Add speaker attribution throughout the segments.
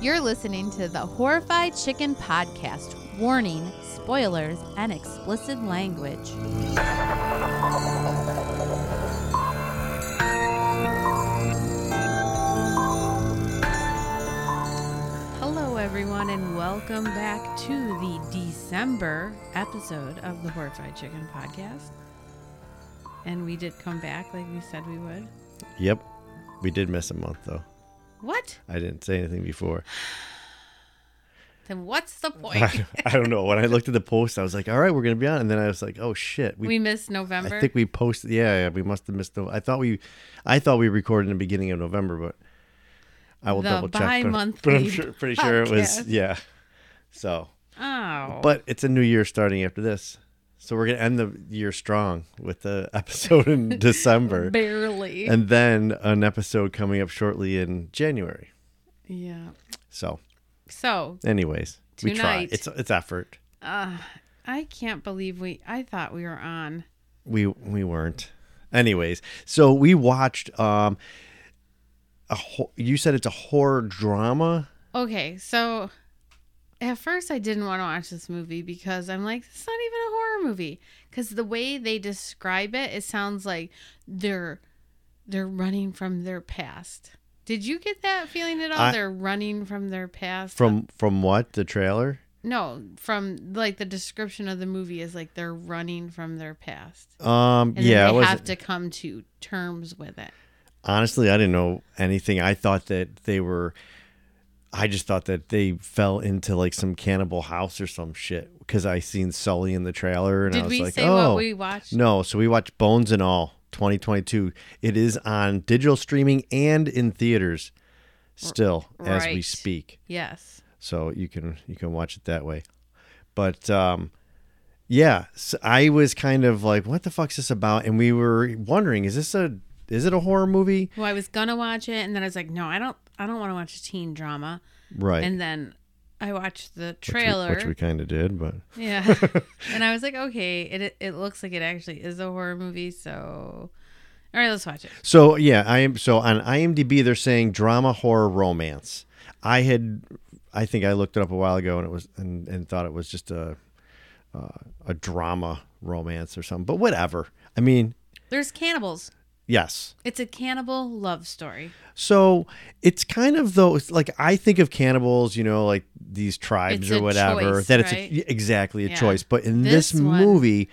Speaker 1: You're listening to the Horrified Chicken Podcast. Warning, spoilers, and explicit language. Hello, everyone, and welcome back to the December episode of the Horrified Chicken Podcast. And we did come back like we said we would.
Speaker 2: Yep. We did miss a month though.
Speaker 1: What?
Speaker 2: I didn't say anything before.
Speaker 1: Then what's the point?
Speaker 2: I, I don't know. When I looked at the post, I was like, "All right, we're gonna be on." And then I was like, "Oh shit,
Speaker 1: we,
Speaker 2: we."
Speaker 1: missed November.
Speaker 2: I think we posted. Yeah, yeah, we must have missed. The, I thought we, I thought we recorded in the beginning of November, but I will
Speaker 1: The
Speaker 2: double check. but-
Speaker 1: bi-monthly
Speaker 2: but I'm sure, pretty sure it was.
Speaker 1: podcast.
Speaker 2: Yeah. So,
Speaker 1: oh.
Speaker 2: but it's a new year starting after this, so we're gonna end the year strong with the episode in December,
Speaker 1: Barely.
Speaker 2: and then an episode coming up shortly in January.
Speaker 1: yeah.
Speaker 2: So,
Speaker 1: So
Speaker 2: anyways, we try.
Speaker 1: Tonight.
Speaker 2: It's it's effort.
Speaker 1: I can't believe we. I thought we were on.
Speaker 2: we we weren't anyways so we watched um a ho- you said it's a horror drama
Speaker 1: Okay, so at first I didn't want to watch this movie because I'm like, it's not even a horror movie because the way they describe it, it sounds like they're they're running from their past. Did you get that feeling at all?
Speaker 2: I-
Speaker 1: they're running from their past.
Speaker 2: from from what the trailer
Speaker 1: no, from like the description of the movie is like they're running from their past.
Speaker 2: um
Speaker 1: And
Speaker 2: yeah
Speaker 1: yeah,
Speaker 2: I
Speaker 1: they
Speaker 2: wasn't-
Speaker 1: have to come to terms with it.
Speaker 2: honestly i didn't know anything i thought that they were i just thought that they fell into like some cannibal house or some shit because i seen sully in the trailer and i
Speaker 1: Did
Speaker 2: was
Speaker 1: we
Speaker 2: like
Speaker 1: say
Speaker 2: oh
Speaker 1: what we watched?
Speaker 2: no so we watched bones and all 2022 it is on digital streaming and in theaters still as we
Speaker 1: right.
Speaker 2: speak
Speaker 1: Yes.
Speaker 2: so you can you can watch it that way but um yeah s i was kind of like what the fuck's this about and we were wondering is this a is it a horror movie
Speaker 1: Well, I was gonna watch it, and then I was like, no, I don't, I don't want to watch a teen drama.
Speaker 2: right
Speaker 1: And then I watched the
Speaker 2: Which we-
Speaker 1: trailer.
Speaker 2: which we, kind of did but
Speaker 1: yeah. and I was like, okay, it it looks like it actually is a horror movie, so all right, let's watch it.
Speaker 2: so yeah i am so on imdb they're saying drama horror romance i had i think i looked it up a while ago and it was and, and thought it was just a uh, a drama romance or something but whatever i mean
Speaker 1: There's cannibals.
Speaker 2: yes
Speaker 1: It's a cannibal love story.
Speaker 2: So it's kind of though, it's like I think of cannibals, you know, like these
Speaker 1: It's
Speaker 2: tribes
Speaker 1: a
Speaker 2: or whatever.
Speaker 1: choice,
Speaker 2: that it's
Speaker 1: right?
Speaker 2: a, exactly a
Speaker 1: Yeah.
Speaker 2: choice. But in this,
Speaker 1: This one-
Speaker 2: movie,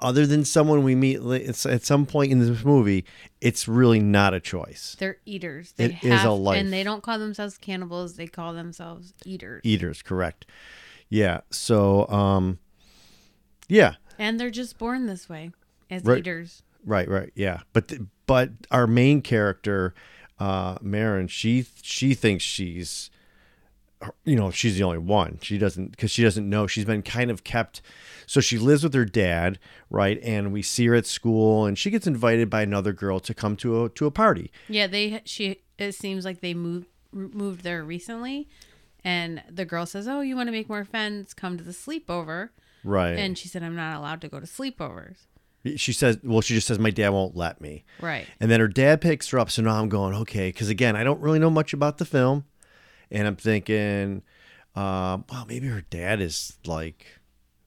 Speaker 2: other than someone we meet li- it's, at some point in this movie, it's really not a choice.
Speaker 1: They're eaters. They
Speaker 2: It is a life. E
Speaker 1: and they don't call themselves cannibals. They call themselves eaters,
Speaker 2: Eaters, correct? Yeah. So, um, yeah,
Speaker 1: and they're just born this way as
Speaker 2: Right.
Speaker 1: eaters.
Speaker 2: right, right, yeah. But th- but our main character, uh, Marin, she she thinks she's you know she's the only one she doesn't because she doesn't know she's been kind of kept so she lives with her dad right and we see her at school and she gets invited by another girl to come to a to a party
Speaker 1: Yeah, they she it seems like they moved moved there recently, and the girl says, "Oh, you want to make more friends? Come to the sleepover."
Speaker 2: right
Speaker 1: And she said, "I'm not allowed to go to sleepovers."
Speaker 2: and she says well she just says my dad won't let me
Speaker 1: Right.
Speaker 2: and then her dad picks her up so now i'm going okay because again i don't really know much about the film and i'm thinking um, well maybe her dad is like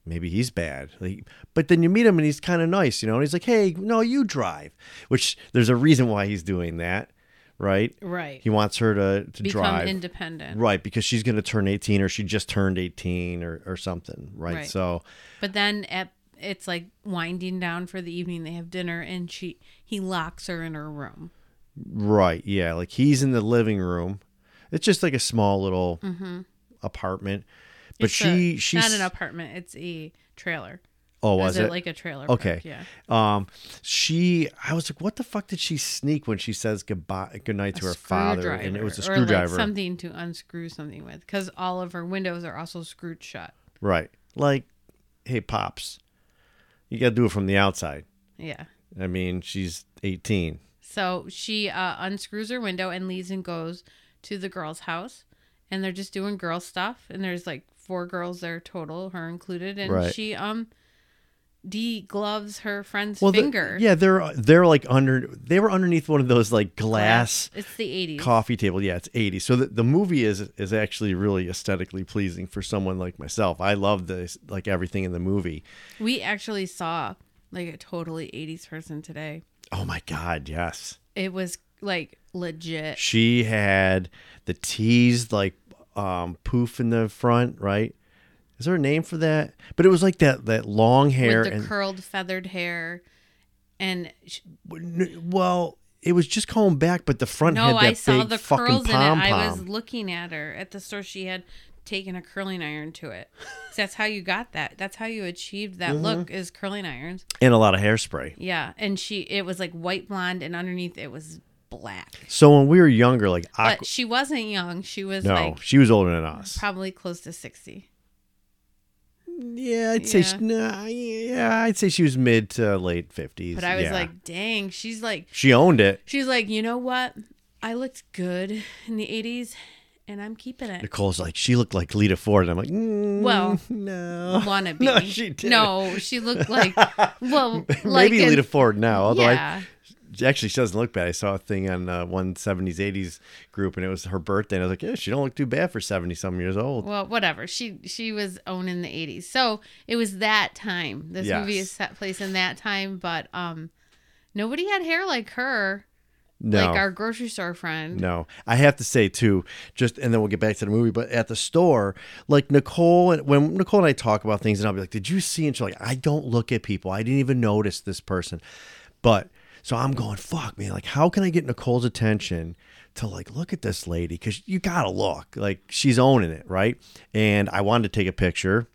Speaker 2: maybe he's bad like, but then you meet him and he's kind of nice you know and he's like hey no you drive which there's a reason why he's doing that right
Speaker 1: Right.
Speaker 2: he wants her to, to
Speaker 1: Become
Speaker 2: drive
Speaker 1: independent.
Speaker 2: right because she's going to turn 18 or she just turned 18 or, or something
Speaker 1: Right.
Speaker 2: right so
Speaker 1: But then at it's like winding down for the evening. They have dinner, and she he locks her in her room.
Speaker 2: Right. Yeah. Like he's in the living room. It's just like a small little apartment. But
Speaker 1: It's
Speaker 2: she
Speaker 1: a,
Speaker 2: she
Speaker 1: Mm-hmm. not an apartment. It's a trailer.
Speaker 2: oh was
Speaker 1: is
Speaker 2: it,
Speaker 1: it like a trailer?
Speaker 2: okay
Speaker 1: park? Yeah.
Speaker 2: um she I was like what the fuck did she sneak when she says goodbye goodnight to her father and it was a
Speaker 1: or, like,
Speaker 2: screwdriver
Speaker 1: something to unscrew something with, because all of her windows are also screwed shut.
Speaker 2: right like hey pops you got to do it from the outside
Speaker 1: Yeah.
Speaker 2: I mean she's eighteen
Speaker 1: So she uh, unscrews her window and leaves and goes to the girl's house. And they're just doing girl stuff. And there's like four girls there total, her included. And
Speaker 2: Right.
Speaker 1: she um degloves her friend's
Speaker 2: Well, the-
Speaker 1: finger.
Speaker 2: yeah, they're they're like under they were underneath one of those like glass
Speaker 1: It's the 80s.
Speaker 2: coffee table. Yeah, it's 80. So the, the movie is is actually really aesthetically pleasing for someone like myself. I love this like everything in the movie.
Speaker 1: We actually saw like a totally 80s person today.
Speaker 2: Oh my god, yes.
Speaker 1: It was like legit.
Speaker 2: She had the teased like um poof in the front, right? Is there a name for that? But it was like that that long hair
Speaker 1: With the
Speaker 2: and
Speaker 1: curled feathered hair. And sh
Speaker 2: well, it was just combed back, but the front had
Speaker 1: no,
Speaker 2: that
Speaker 1: I saw
Speaker 2: big
Speaker 1: the
Speaker 2: fucking
Speaker 1: curls in it.
Speaker 2: pom
Speaker 1: I was
Speaker 2: pom.
Speaker 1: looking at her at the store. She had taken a curling iron to it. So that's how you got that. That's how you achieved that
Speaker 2: Mm-hmm.
Speaker 1: look is curling irons.
Speaker 2: and a lot of hairspray.
Speaker 1: Yeah. And she, it was like white blonde and underneath it was black.
Speaker 2: So when we were younger, like
Speaker 1: But
Speaker 2: Aqu-
Speaker 1: she wasn't young. She was
Speaker 2: no,
Speaker 1: like
Speaker 2: she was older than us.
Speaker 1: probably close to 60.
Speaker 2: Yeah, I'd say she,
Speaker 1: Yeah.
Speaker 2: nah, yeah, I'd say she was mid to late fifties.
Speaker 1: But I was
Speaker 2: yeah.
Speaker 1: like, dang, she's like,
Speaker 2: she owned it.
Speaker 1: she's like, you know what? I looked good in the 80s and I'm keeping it.
Speaker 2: Nicole's like, she looked like Lita Ford. I'm like, mm,
Speaker 1: Well,
Speaker 2: no,
Speaker 1: Wannabe.
Speaker 2: No, she didn't.
Speaker 1: No, she looked like, well, like
Speaker 2: maybe
Speaker 1: in-
Speaker 2: Lita Ford now. Although
Speaker 1: Yeah.
Speaker 2: I, she actually, she doesn't look bad. I saw a thing on uh, one seventies eighties group, and it was her birthday, and I was like, yeah, she don't look too bad for seventy some years old.
Speaker 1: well, whatever. She she was owning the 80s. So it was that time. This
Speaker 2: Yes.
Speaker 1: movie is set place in that time, but um, nobody had hair like her,
Speaker 2: No,
Speaker 1: like our grocery store friend.
Speaker 2: No, I have to say too, just and then we'll get back to the movie. But at the store, like Nicole, and when Nicole and I talk about things, and I'll be like, "Did you see?" And she's like, "I don't look at people. I didn't even notice this person." But so I'm going, "Fuck, man! Like, how can I get Nicole's attention to like look at this lady? Because you gotta look. Like, she's owning it, right?" And I wanted to take a picture.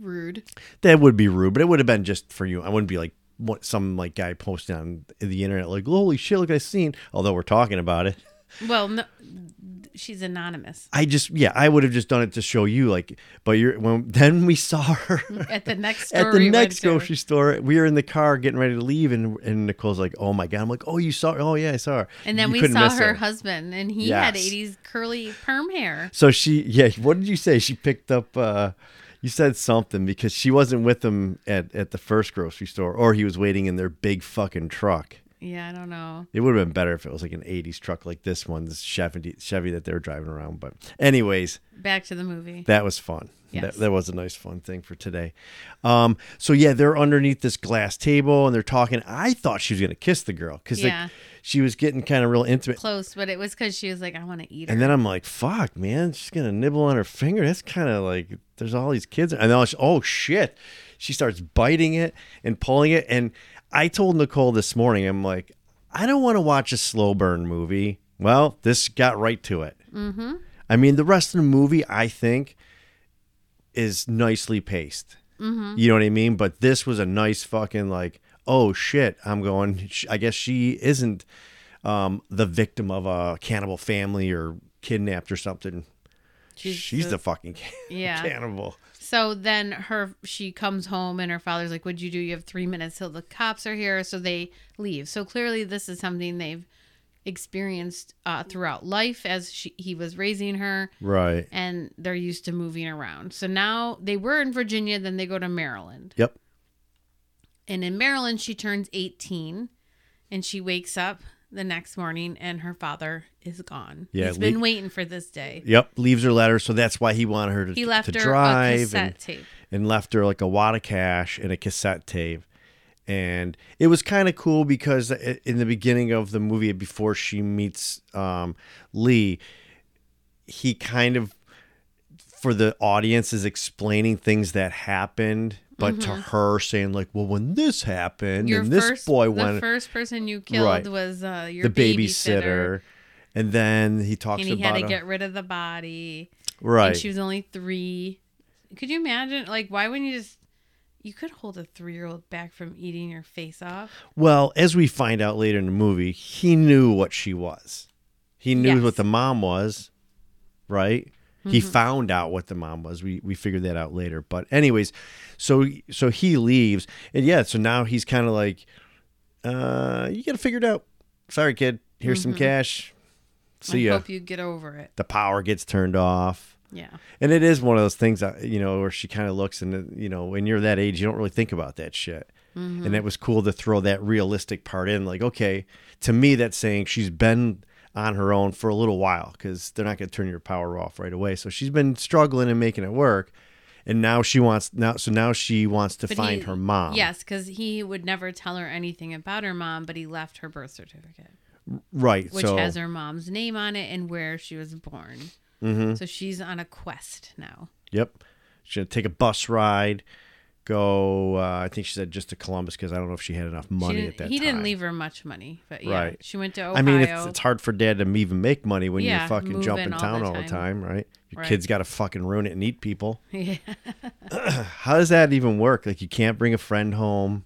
Speaker 1: Rude.
Speaker 2: That would be rude, but it would have been just for you. I wouldn't be like what some like guy posting on the internet like, "Holy shit, look! I seen." Although we're talking about it.
Speaker 1: Well, no, she's anonymous.
Speaker 2: I just yeah, I would have just done it to show you like but you're when then we saw her
Speaker 1: At the next store
Speaker 2: at the
Speaker 1: we went
Speaker 2: next
Speaker 1: to.
Speaker 2: grocery store. We were in the car getting ready to leave and and Nicole's like, "Oh my god." I'm like, "Oh, you saw her? Oh yeah, I saw her."
Speaker 1: And then
Speaker 2: You
Speaker 1: we
Speaker 2: couldn't
Speaker 1: saw
Speaker 2: miss
Speaker 1: her, husband, and he had
Speaker 2: Yes.
Speaker 1: 80s curly perm hair.
Speaker 2: So she yeah, what did you say? She picked up uh you said something because she wasn't with him at at the first grocery store or he was waiting in their big fucking truck.
Speaker 1: Yeah, I don't know.
Speaker 2: It would have been better if it was like an 80s truck like this one's Chevy Chevy that they were driving around, but anyways,
Speaker 1: Back to the movie.
Speaker 2: That was fun.
Speaker 1: Yes.
Speaker 2: That, that was a nice fun thing for today. Um, so yeah, they're underneath this glass table and they're talking. I thought she was gonna kiss the girl because
Speaker 1: Yeah.
Speaker 2: like, she was getting kind of real intimate.
Speaker 1: Close, but it was because she was like, I want to eat her.
Speaker 2: And then I'm like, "Fuck, man, she's gonna nibble on her finger." That's kind of like there's all these kids. And then I was, oh shit, she starts biting it and pulling it. And I told Nicole this morning, I'm like, I don't want to watch a slow burn movie. Well, this got right to it. Mm-hmm. I mean, the rest of the movie, I think, is nicely paced.
Speaker 1: Mm-hmm.
Speaker 2: You know what I mean? But this was a nice fucking like, oh shit, I'm going. sh- I guess she isn't um, the victim of a cannibal family or kidnapped or something.
Speaker 1: She's
Speaker 2: She's
Speaker 1: the-
Speaker 2: the fucking can-
Speaker 1: Yeah.
Speaker 2: cannibal.
Speaker 1: so then her, she comes home, and her father's like, "What'd you do? You have three minutes till the cops are here." So they leave. So clearly, this is something they've experienced uh, throughout life as she, he was raising her,
Speaker 2: Right.
Speaker 1: and they're used to moving around. So now they were in Virginia, then they go to Maryland.
Speaker 2: Yep.
Speaker 1: And in Maryland, she turns 18 and she wakes up the next morning and her father is gone.
Speaker 2: Yeah,
Speaker 1: He's been
Speaker 2: le-
Speaker 1: waiting for this day.
Speaker 2: Yep. Leaves her letter, so that's why he wanted her to,
Speaker 1: He left
Speaker 2: to
Speaker 1: her a
Speaker 2: drive
Speaker 1: cassette
Speaker 2: and,
Speaker 1: tape.
Speaker 2: and left her like a wad of cash and a cassette tape. And it was kind of cool because i- in the beginning of the movie, before she meets um, Lee, he kind of, for the audience, is explaining things that happened, but to her saying like, "Well, when this happened,
Speaker 1: Mm-hmm. Your
Speaker 2: and this
Speaker 1: first,
Speaker 2: boy
Speaker 1: the
Speaker 2: went
Speaker 1: first person you killed
Speaker 2: Right.
Speaker 1: was uh, your
Speaker 2: the
Speaker 1: babysitter,
Speaker 2: babysitter," and then he talks
Speaker 1: and he had
Speaker 2: about
Speaker 1: to
Speaker 2: a-
Speaker 1: get rid of the body.
Speaker 2: right.
Speaker 1: And she was only three. Could you imagine? Like, why wouldn't you just? You could hold a three-year-old back from eating your face off.
Speaker 2: Well, as we find out later in the movie, he knew what she was. He knew
Speaker 1: Yes. Mm-hmm.
Speaker 2: what the mom was, right? He found out what the mom was. We we figured that out later. But anyways, so so he leaves, and yeah, so now he's kind of like, uh, you got to figure it out. Sorry, kid. Here's some cash. See
Speaker 1: Mm-hmm. I
Speaker 2: ya.
Speaker 1: hope you get over it.
Speaker 2: the power gets turned off.
Speaker 1: Yeah.
Speaker 2: And it is one of those things that you know where she kind of looks and you know when you're that age you don't really think about that shit.
Speaker 1: Mm-hmm.
Speaker 2: And it was cool to throw that realistic part in like okay, to me that's saying she's been on her own for a little while cuz they're not going to turn your power off right away. So she's been struggling and making it work. And now she wants now so now she wants to
Speaker 1: But
Speaker 2: find
Speaker 1: he-
Speaker 2: her mom.
Speaker 1: Yes, because he would never tell her anything about her mom, but he left her birth certificate,
Speaker 2: Right.
Speaker 1: which
Speaker 2: so
Speaker 1: has her mom's name on it and where she was born.
Speaker 2: Mm-hmm.
Speaker 1: So she's on a quest now.
Speaker 2: Yep. She's going to take a bus ride, go, uh, I think she said just to Columbus because I don't know if she had enough
Speaker 1: She
Speaker 2: money
Speaker 1: didn't-
Speaker 2: at that
Speaker 1: he
Speaker 2: time.
Speaker 1: didn't leave her much money, but yeah,
Speaker 2: Right.
Speaker 1: she went to Ohio.
Speaker 2: I mean, it's, it's hard for dad to even make money when
Speaker 1: Yeah,
Speaker 2: you're fucking
Speaker 1: moving
Speaker 2: jumping
Speaker 1: all
Speaker 2: town
Speaker 1: the
Speaker 2: all the time, right? Your
Speaker 1: Right.
Speaker 2: kids got to fucking ruin it and eat people.
Speaker 1: yeah.
Speaker 2: How does that even work? Like, you can't bring a friend home.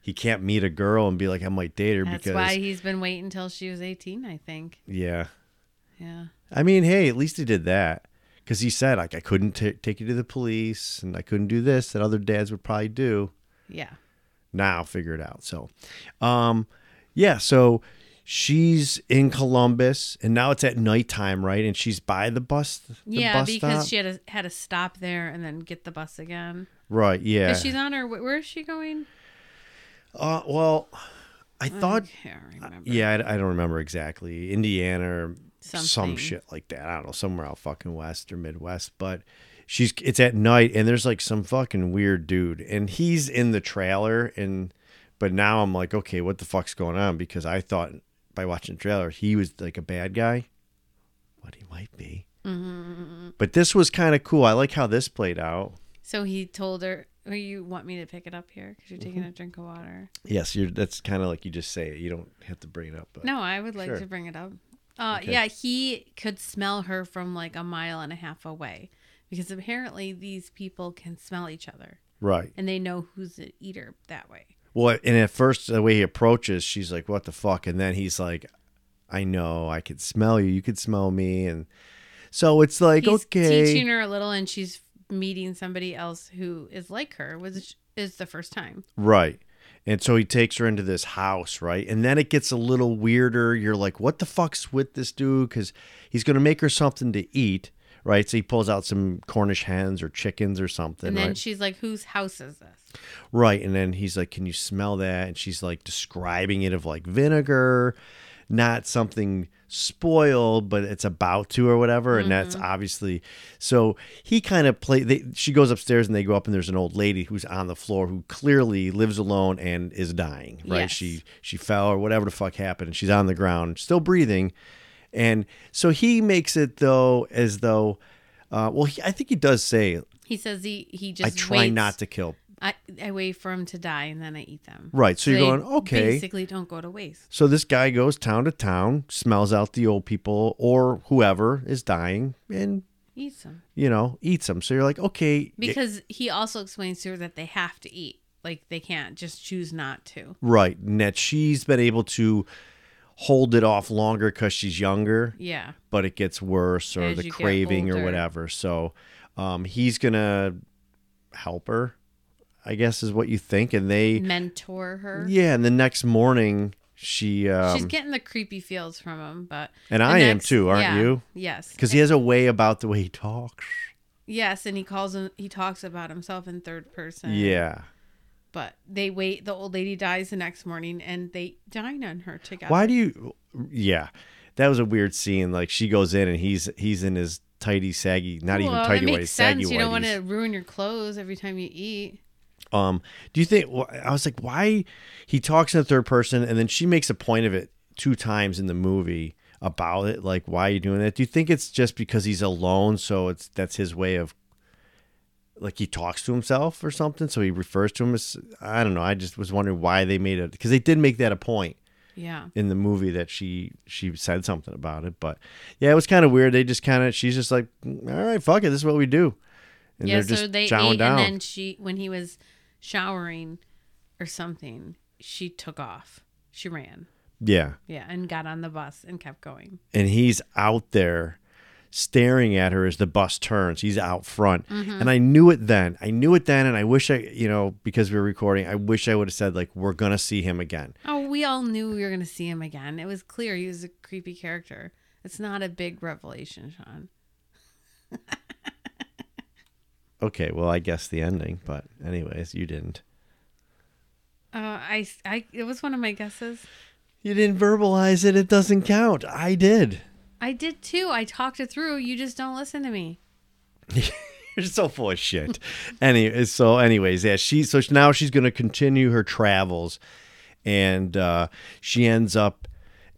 Speaker 2: He can't meet a girl and be like, I might date her
Speaker 1: That's
Speaker 2: because,
Speaker 1: why he's been waiting until she was 18, I think.
Speaker 2: yeah.
Speaker 1: Yeah.
Speaker 2: I mean, hey, at least he did that because he said, like, I couldn't ta take you to the police and I couldn't do this that other dads would probably do.
Speaker 1: Yeah.
Speaker 2: now figure it out so um yeah so she's in columbus and now it's at nighttime right and she's by the bus the
Speaker 1: yeah,
Speaker 2: bus
Speaker 1: because
Speaker 2: stop?
Speaker 1: she had to, had to stop there and then get the bus again.
Speaker 2: right yeah
Speaker 1: 'Cause she's on her, where is she going?
Speaker 2: uh, well i thought uh,
Speaker 1: I can't remember.
Speaker 2: yeah I, I don't remember exactly indiana or some
Speaker 1: Something.
Speaker 2: shit like that i don't know somewhere out fucking west or midwest but she's it's at night and there's like some fucking weird dude and he's in the trailer and but now i'm like okay what the fuck's going on because i thought by watching the trailer he was like a bad guy what he might be
Speaker 1: Mm-hmm.
Speaker 2: but this was kind of cool i like how this played out
Speaker 1: So he told her, oh, you want me to pick it up here? Because you're taking
Speaker 2: Mm-hmm.
Speaker 1: a drink of water.
Speaker 2: yes you're that's kind of like you just say it you don't have to bring it up but
Speaker 1: No, I would like
Speaker 2: Sure.
Speaker 1: to bring it up. Uh,
Speaker 2: Okay.
Speaker 1: Yeah, he could smell her from like a mile and a half away because apparently these people can smell each other
Speaker 2: right
Speaker 1: and they know who's an eater that way.
Speaker 2: Well, and at first, the way he approaches, she's like, "What the fuck?" And then he's like, "I know, I could smell you. You could smell me." And so it's like,
Speaker 1: He's
Speaker 2: okay,
Speaker 1: teaching her a little and she's meeting somebody else who is like her, which is the first time.
Speaker 2: right. And so he takes her into this house, right? And then it gets a little weirder. You're like, "What the fuck's with this dude?" Because he's gonna make her something to eat, right? So he pulls out some Cornish hens or chickens or something,
Speaker 1: And then
Speaker 2: right?
Speaker 1: she's like, whose house is this?
Speaker 2: Right. And then he's like, Can you smell that? And she's like describing it of like vinegar, not something spoiled, but it's about to or whatever. And that's
Speaker 1: Mm-hmm.
Speaker 2: obviously so he kind of play they she goes upstairs and they go up and there's an old lady who's on the floor who clearly lives alone and is dying. Right.
Speaker 1: Yes.
Speaker 2: She she fell or whatever the fuck happened and she's on the ground, still breathing. And so he makes it though as though uh, well, he, I think he does say,
Speaker 1: He says he, he
Speaker 2: "I
Speaker 1: just
Speaker 2: try
Speaker 1: waits.
Speaker 2: not to kill
Speaker 1: I, I wait for them to die and then I eat them.
Speaker 2: Right, so you're
Speaker 1: they
Speaker 2: going, okay.
Speaker 1: Basically, don't go to waste.
Speaker 2: So this guy goes town to town, smells out the old people or whoever is dying, and
Speaker 1: Eat some.
Speaker 2: you know eats them. So you're like, okay, yeah,
Speaker 1: Because he also explains to her that they have to eat. Like, they can't just choose not to.
Speaker 2: right? And that she's been able to hold it off longer because she's younger,
Speaker 1: Yeah.
Speaker 2: but it gets worse or
Speaker 1: As
Speaker 2: the
Speaker 1: you get
Speaker 2: craving or
Speaker 1: older.
Speaker 2: whatever. So um, he's gonna help her, I guess, is what you think. And they,
Speaker 1: Mentor her.
Speaker 2: yeah. And the next morning, she, um,
Speaker 1: She's getting the creepy feels from him, but.
Speaker 2: And
Speaker 1: the
Speaker 2: I am too, aren't
Speaker 1: yeah,
Speaker 2: you?
Speaker 1: Yes.
Speaker 2: because he has a way about the way he talks.
Speaker 1: Yes, and he calls him. He talks about himself in third person.
Speaker 2: Yeah.
Speaker 1: But they wait. The old lady dies the next morning, and they dine on her together.
Speaker 2: Why do you? Yeah, that was a weird scene. Like she goes in and he's he's in his tidy, saggy, not even
Speaker 1: Well, it
Speaker 2: tidy
Speaker 1: makes
Speaker 2: whities, saggy
Speaker 1: sense. You don't want
Speaker 2: whities.
Speaker 1: to ruin your clothes every time you eat.
Speaker 2: Um, do you think? wh- I was like, why he talks in the third person and then she makes a point of it two times in the movie about it. Like, why are you doing that? Do you think it's just because he's alone? So it's that's his way of like he talks to himself or something. So he refers to him as I don't know. I just was wondering why they made it because they did make that a point.
Speaker 1: Yeah.
Speaker 2: in the movie that she she said something about it but yeah it was kind of weird they just kind of she's just like "Mm, all right fuck it this is what we do and
Speaker 1: yeah.
Speaker 2: they're just
Speaker 1: so they ate,
Speaker 2: chowing down
Speaker 1: and then she, when he was showering or something, she took off. She ran.
Speaker 2: yeah
Speaker 1: Yeah, and got on the bus and kept going.
Speaker 2: and he's out there staring at her as the bus turns he's out front
Speaker 1: Mm-hmm.
Speaker 2: and i knew it then i knew it then and i wish i you know because we were recording i wish i would have said like we're gonna see him again
Speaker 1: Oh, we all knew we were going to see him again. It was clear he was a creepy character. It's not a big revelation, Sean.
Speaker 2: okay, well, I guess the ending, but anyways, you didn't.
Speaker 1: Uh, I, I, it was one of my guesses.
Speaker 2: You didn't verbalize it. It doesn't count. I did.
Speaker 1: I did too. I talked it through. You just don't listen to me.
Speaker 2: You're so full of shit. Any so, anyways, yeah. She so now she's going to continue her travels, and uh, she ends up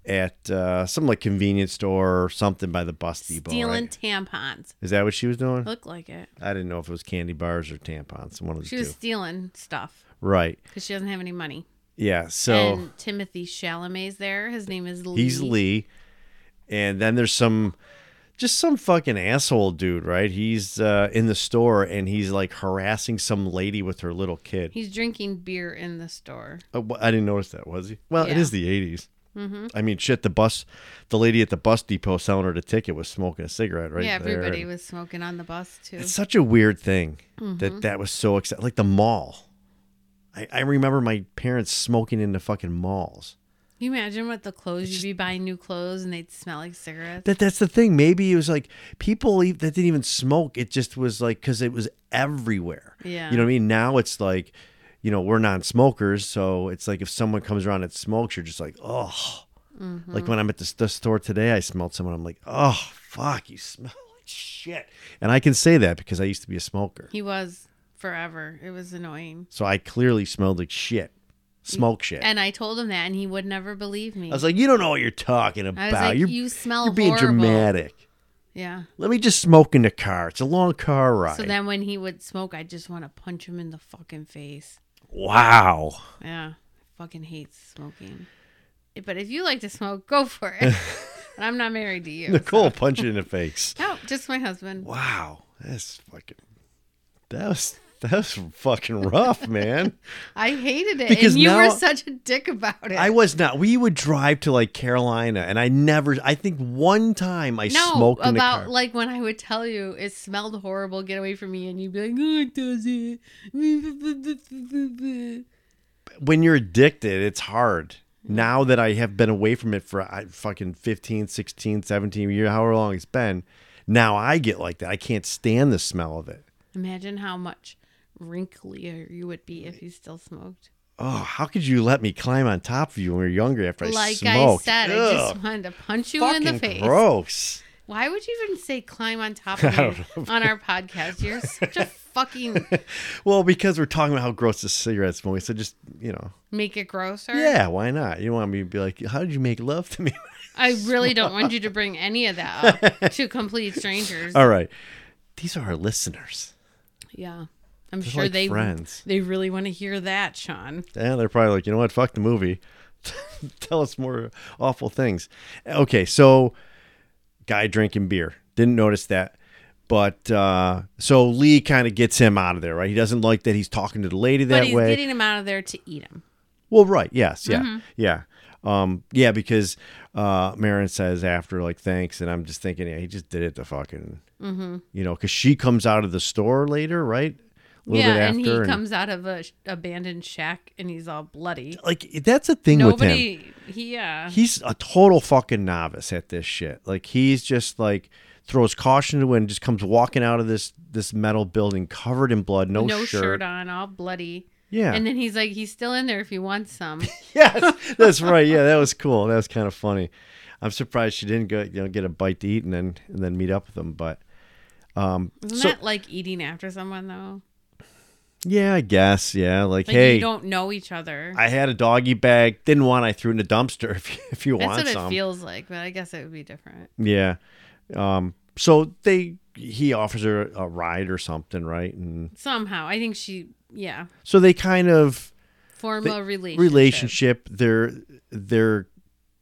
Speaker 2: at uh, some like convenience store or something by the bus depot.
Speaker 1: Stealing
Speaker 2: right?
Speaker 1: tampons.
Speaker 2: Is that what she was doing?
Speaker 1: Looked like it.
Speaker 2: I didn't know if it was candy bars or tampons. One of the
Speaker 1: She
Speaker 2: two.
Speaker 1: was stealing stuff
Speaker 2: Right.
Speaker 1: because she doesn't have any money.
Speaker 2: Yeah. So.
Speaker 1: And Timothy Chalamet's there. His name is Lee.
Speaker 2: He's Lee. And then there's some just some fucking asshole dude, right? He's uh, in the store and he's like harassing some lady with her little kid.
Speaker 1: He's drinking beer in the store.
Speaker 2: Oh, wh- I didn't notice that, was he? Well, it
Speaker 1: Yeah. Mm-hmm.
Speaker 2: is the 80s. I mean, shit, the bus, the lady at the bus depot selling her the ticket was smoking a cigarette right
Speaker 1: yeah,
Speaker 2: there.
Speaker 1: everybody
Speaker 2: And
Speaker 1: was smoking on the bus too.
Speaker 2: It's such a weird thing
Speaker 1: Mm-hmm.
Speaker 2: that that was so exciting. Like the mall. I, I remember my parents smoking in the fucking malls.
Speaker 1: Can you imagine what the clothes you'd be buying new clothes and they'd smell like cigarettes.
Speaker 2: That that's the thing. Maybe it was like people e- that didn't even smoke. It just was like because it was everywhere.
Speaker 1: Yeah.
Speaker 2: You know what I mean? Now it's like, you know, we're non-smokers, so it's like if someone comes around and smokes, you're just like, oh.
Speaker 1: Mm-hmm.
Speaker 2: Like when I'm at the, s- the store today, I smelled someone. I'm like, oh fuck, you smell like shit. And I can say that because I used to be a smoker,
Speaker 1: He was forever. It was annoying.
Speaker 2: so I clearly smelled like shit, smoke shit.
Speaker 1: And I told him that, and he would never believe me.
Speaker 2: I was like, you don't know what you're talking about.
Speaker 1: like,
Speaker 2: you're,
Speaker 1: you smell
Speaker 2: You're being
Speaker 1: horrible.
Speaker 2: dramatic.
Speaker 1: yeah.
Speaker 2: Let me just smoke in the car. It's a long car ride.
Speaker 1: So then when he would smoke, I'd just want to punch him in the fucking face.
Speaker 2: Wow.
Speaker 1: Yeah. I fucking hate smoking. Eh, But if you like to smoke, go for it. but I'm not married to you.
Speaker 2: Nicole punch you in the face.
Speaker 1: No, just my husband.
Speaker 2: Wow. That's fucking that was that was fucking rough, man.
Speaker 1: I hated it.
Speaker 2: Because
Speaker 1: and you were
Speaker 2: now-
Speaker 1: such a dick about it.
Speaker 2: I was not. We would drive to like Carolina and I never I think one time I
Speaker 1: no,
Speaker 2: smoked in the
Speaker 1: about
Speaker 2: car.
Speaker 1: like when I would tell you it smelled horrible, get away from me, and you'd be like, "No, it doesn't."
Speaker 2: when you're addicted, it's hard. Now that I have been away from it for I, fucking 15, 16, 17 years, however long it's been, now I get like that. I can't stand the smell of it.
Speaker 1: Imagine how much wrinklier you would be if you still smoked.
Speaker 2: Oh, how could you let me climb on top of you when we were younger after I
Speaker 1: like
Speaker 2: smoked?
Speaker 1: I said, I
Speaker 2: Ugh.
Speaker 1: just wanted to punch you in the
Speaker 2: Fucking
Speaker 1: face.
Speaker 2: Gross.
Speaker 1: Why would you even say climb on top of me on our podcast? You're such a fucking
Speaker 2: Well, because we're talking about how gross the cigarette smoke is, so just you know,
Speaker 1: make it grosser.
Speaker 2: yeah, why not? You don't want me to be like, how did you make love to me?
Speaker 1: I really don't want you to bring any of that up to complete strangers.
Speaker 2: All right, these are our listeners.
Speaker 1: Yeah. I'm sure
Speaker 2: like
Speaker 1: they
Speaker 2: friends.
Speaker 1: they really want to hear that, Sean.
Speaker 2: Yeah, they're probably like, you know what? Fuck the movie. Tell us more awful things. Okay, so guy drinking beer. Didn't notice that. But uh, so Lee kind of gets him out of there, right? He doesn't like that he's talking to the lady that
Speaker 1: but he's
Speaker 2: way.
Speaker 1: getting him out of there to eat him.
Speaker 2: Well, right. Yes. Yeah.
Speaker 1: Mm-hmm.
Speaker 2: Yeah. Um, yeah, because uh, Marin says after, like, thanks. And I'm just thinking, yeah, he just did it to fucking,
Speaker 1: Mm-hmm.
Speaker 2: you know, because she comes out of the store later, right? A little
Speaker 1: Yeah,
Speaker 2: bit
Speaker 1: and
Speaker 2: after.
Speaker 1: he comes out of a sh- abandoned shack and he's all bloody.
Speaker 2: like, that's a thing with him.
Speaker 1: Nobody, he, yeah.
Speaker 2: He's a total fucking novice at this shit. Like, he's just like, throws caution to the wind, just comes walking out of this this metal building covered in blood, no,
Speaker 1: no shirt. on, all bloody.
Speaker 2: Yeah.
Speaker 1: And then he's like, he's still in there if you want some.
Speaker 2: yes, that's right. Yeah, that was cool. That was kind of funny. I'm surprised she didn't go, you know, get a bite to eat and then and then meet up with them. But
Speaker 1: Isn't
Speaker 2: So-
Speaker 1: that like eating after someone though?
Speaker 2: yeah, I guess. Yeah, like,
Speaker 1: Like
Speaker 2: hey,
Speaker 1: you don't know each other.
Speaker 2: I had a doggy bag. Didn't want. I threw it in the dumpster. If you, if you
Speaker 1: That's
Speaker 2: want
Speaker 1: what
Speaker 2: some,
Speaker 1: it feels like, but I guess it would be different.
Speaker 2: yeah. Um. So they he offers her a ride or something, right? And
Speaker 1: Somehow, I think she, yeah,
Speaker 2: so they kind of
Speaker 1: form a relationship.
Speaker 2: relationship. They're they're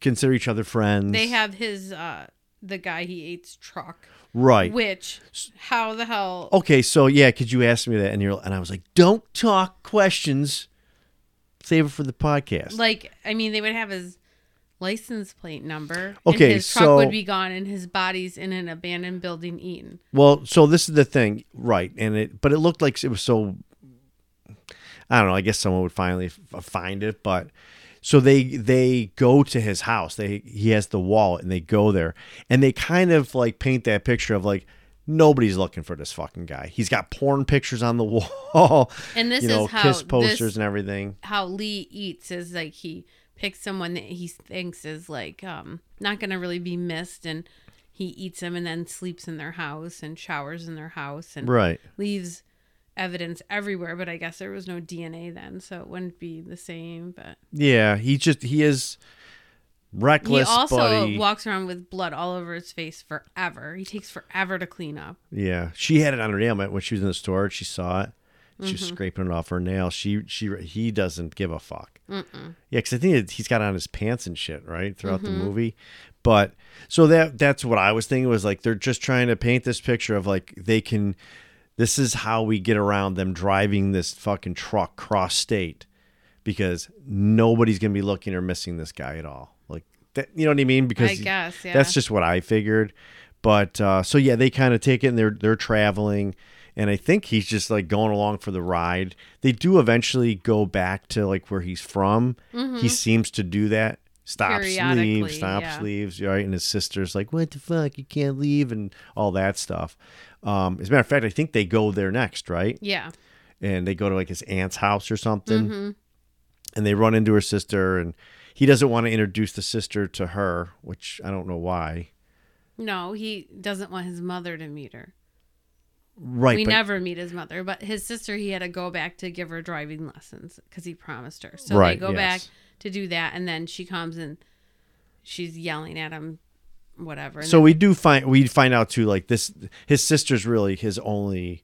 Speaker 2: consider each other friends.
Speaker 1: They have his, uh the guy he eats truck,
Speaker 2: right. Oh.
Speaker 1: which how the hell?
Speaker 2: okay, so yeah, could you ask me that? And you're and I was like, don't talk questions. Save it for the podcast.
Speaker 1: Like, I mean, they would have his license plate number.
Speaker 2: Okay,
Speaker 1: and his truck
Speaker 2: so-
Speaker 1: would be gone, and his body's in an abandoned building eaten.
Speaker 2: well, so this is the thing, right? And it, but it looked like it was so. I don't know. I guess someone would finally f- uh, find it, but so they they go to his house. They he has the wallet, and they go there, and they kind of like paint that picture of like Nobody's looking for this fucking guy. He's got porn pictures on the wall,
Speaker 1: And this
Speaker 2: you know,
Speaker 1: is how
Speaker 2: kiss
Speaker 1: this-
Speaker 2: posters and everything.
Speaker 1: how Lee eats is like he picks someone that he thinks is like um not gonna really be missed and he eats them and then sleeps in their house and showers in their house and
Speaker 2: Right.
Speaker 1: leaves evidence everywhere but i guess there was no dna then so it wouldn't be the same but
Speaker 2: Yeah. He just he is
Speaker 1: he
Speaker 2: reckless,
Speaker 1: also
Speaker 2: buddy.
Speaker 1: walks around with blood all over his face forever he takes forever to clean up
Speaker 2: Yeah, she had it on her nail when she was in the store. She saw it. She was scraping it off her nail. She she he doesn't give a fuck. Yeah, because I think it, he's got on his pants and shit right throughout the movie. But so that that's what I was thinking was like they're just trying to paint this picture of like they can. This is how we get around them driving this fucking truck cross state because nobody's gonna be looking or missing this guy at all. Like that, you know what I mean? Because
Speaker 1: I guess, yeah.
Speaker 2: that's just what I figured. But uh, so yeah, they kind of take it and they're they're traveling, and I think he's just like going along for the ride. They do eventually go back to like where he's from.
Speaker 1: Mm-hmm.
Speaker 2: He seems to do that. Stops,
Speaker 1: Periodically,
Speaker 2: leaves, stops,
Speaker 1: yeah.
Speaker 2: leaves, right? And his sister's like, "What the fuck? You can't leave," and all that stuff. Um, as a matter of fact, I think they go there next, right?
Speaker 1: yeah mm-hmm.
Speaker 2: and they go to like his aunt's house or something and they run into her sister and he doesn't want to introduce the sister to her which i don't know why
Speaker 1: no he doesn't want his mother to meet her
Speaker 2: right
Speaker 1: we
Speaker 2: but,
Speaker 1: never meet his mother, but his sister, he had to go back to give her driving lessons because he promised her. So
Speaker 2: Right,
Speaker 1: they go
Speaker 2: yes.
Speaker 1: back to do that, and then she comes and she's yelling at him, whatever. And
Speaker 2: so
Speaker 1: then-
Speaker 2: we do find we find out too like this his sister's really his only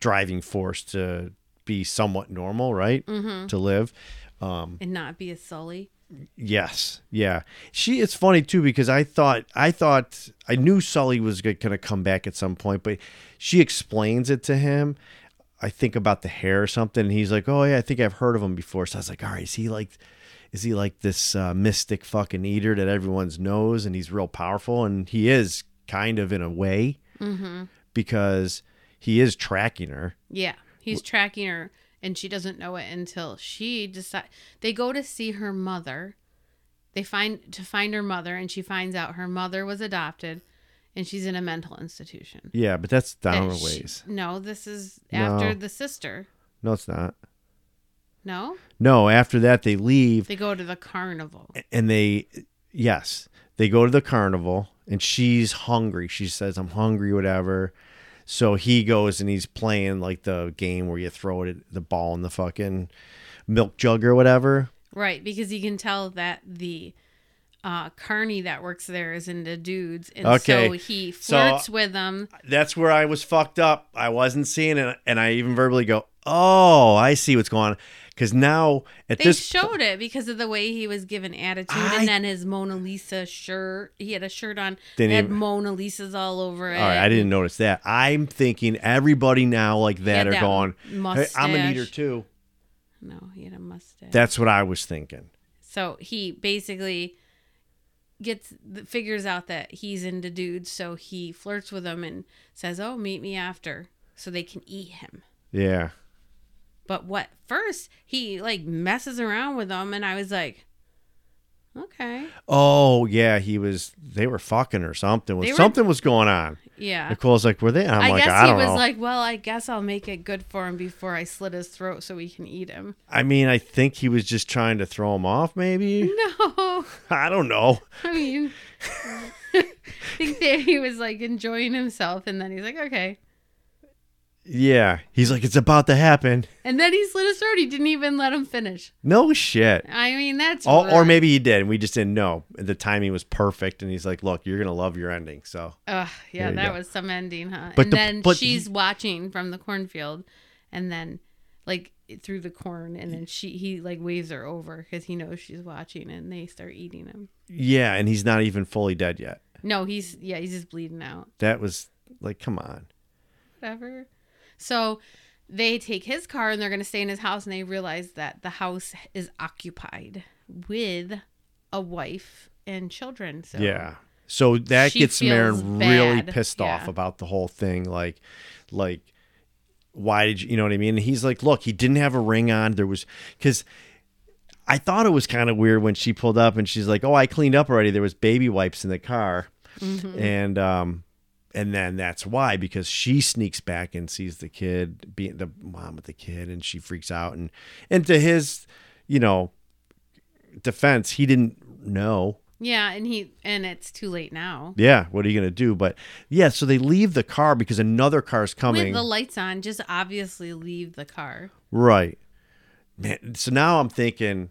Speaker 2: driving force to be somewhat normal right to live um
Speaker 1: and not be a Sully.
Speaker 2: Yes. Yeah. She it's funny too because I thought I thought I knew Sully was going to come back at some point, but she explains it to him. I think about the hair or something and he's like, "Oh yeah, I think I've heard of him before." So I was like, "All right, is he like is he like this uh, mystic fucking eater that everyone's knows and he's real powerful and he is kind of in a way because he is tracking her."
Speaker 1: Yeah, he's tracking her, and she doesn't know it until she decides. They go to see her mother. They find to find her mother, and she finds out her mother was adopted, and she's in a mental institution.
Speaker 2: Yeah, but that's down
Speaker 1: And
Speaker 2: a
Speaker 1: she-
Speaker 2: ways.
Speaker 1: no, this is after
Speaker 2: No.
Speaker 1: the sister.
Speaker 2: No, it's not.
Speaker 1: No,
Speaker 2: No, after that they leave
Speaker 1: They go to the carnival.
Speaker 2: and they yes they go to the carnival and she's hungry she says i'm hungry whatever so he goes and he's playing like the game where you throw it the ball in the fucking milk jug or whatever
Speaker 1: Right, because you can tell that the uh carney that works there is into dudes and so
Speaker 2: Okay,
Speaker 1: he
Speaker 2: so-
Speaker 1: flirts with them.
Speaker 2: that's where i was fucked up i wasn't seeing it and i even verbally go oh i see what's going on because now at
Speaker 1: They
Speaker 2: this
Speaker 1: showed it because of the way he was given attitude
Speaker 2: I-
Speaker 1: and then his Mona Lisa shirt. He had a shirt on that
Speaker 2: Didn't
Speaker 1: had
Speaker 2: even-
Speaker 1: Mona Lisa's all over it.
Speaker 2: all right i didn't notice that i'm thinking everybody now like that
Speaker 1: had
Speaker 2: are
Speaker 1: that
Speaker 2: going hey, i'm an
Speaker 1: mustache."
Speaker 2: eater too
Speaker 1: No, he had a mustache.
Speaker 2: that's what i was thinking
Speaker 1: so he basically gets figures out that he's into dudes, so he flirts with them and says, "Oh, meet me after." So they can eat him.
Speaker 2: yeah
Speaker 1: But what first he like messes around with them, and I was like, okay,
Speaker 2: Oh yeah, he was. They were fucking or something. Was
Speaker 1: They were-
Speaker 2: something was going on.
Speaker 1: yeah.
Speaker 2: Nicole's like, were they? And I'm
Speaker 1: i
Speaker 2: like,
Speaker 1: guess
Speaker 2: I
Speaker 1: he
Speaker 2: don't
Speaker 1: was
Speaker 2: know.
Speaker 1: like, well, I guess I'll make it good for him before I slit his throat so we can eat him.
Speaker 2: I mean, I think he was just trying to throw him off. Maybe
Speaker 1: No,
Speaker 2: I don't know.
Speaker 1: I mean, I think that he was like enjoying himself, and then he's like, okay,
Speaker 2: Yeah, he's like, it's about to happen.
Speaker 1: and then he slit his throat. He didn't even let him finish.
Speaker 2: No shit.
Speaker 1: I mean, that's
Speaker 2: Or, or
Speaker 1: rough.
Speaker 2: maybe he did, and we just didn't know. The timing was perfect, and he's like, "Look, you're gonna love your ending." So
Speaker 1: Ugh, yeah,
Speaker 2: There you
Speaker 1: that
Speaker 2: go.
Speaker 1: was some ending, huh?
Speaker 2: But
Speaker 1: and
Speaker 2: the-
Speaker 1: then
Speaker 2: but-
Speaker 1: she's watching from the cornfield, and then like through the corn, and then she he like waves her over because he knows she's watching, and they start eating him.
Speaker 2: yeah, and he's not even fully dead yet.
Speaker 1: No, he's yeah, he's just bleeding out.
Speaker 2: That was like, come on.
Speaker 1: Whatever. So they take his car and they're gonna stay in his house, and they realize that the house is occupied with a wife and children. So
Speaker 2: Yeah. So that
Speaker 1: She
Speaker 2: gets Marin
Speaker 1: feels
Speaker 2: really
Speaker 1: bad.
Speaker 2: pissed off
Speaker 1: Yeah.
Speaker 2: about the whole thing. Like, like, why did you, you know what I mean? And he's like, look, he didn't have a ring on. There was, because I thought it was kind of weird when she
Speaker 1: Mm-hmm.
Speaker 2: pulled up and she's like, oh, I cleaned up already. There was baby wipes in the car. And, um, and then that's why because she sneaks back and sees the kid being the mom with the kid and she freaks out and and to his you know defense he didn't know
Speaker 1: Yeah, and he and it's too late now.
Speaker 2: yeah what are you gonna do but yeah so they leave the car because another car's coming
Speaker 1: With the lights on, just obviously leave the car.
Speaker 2: Right. Man, so now I'm thinking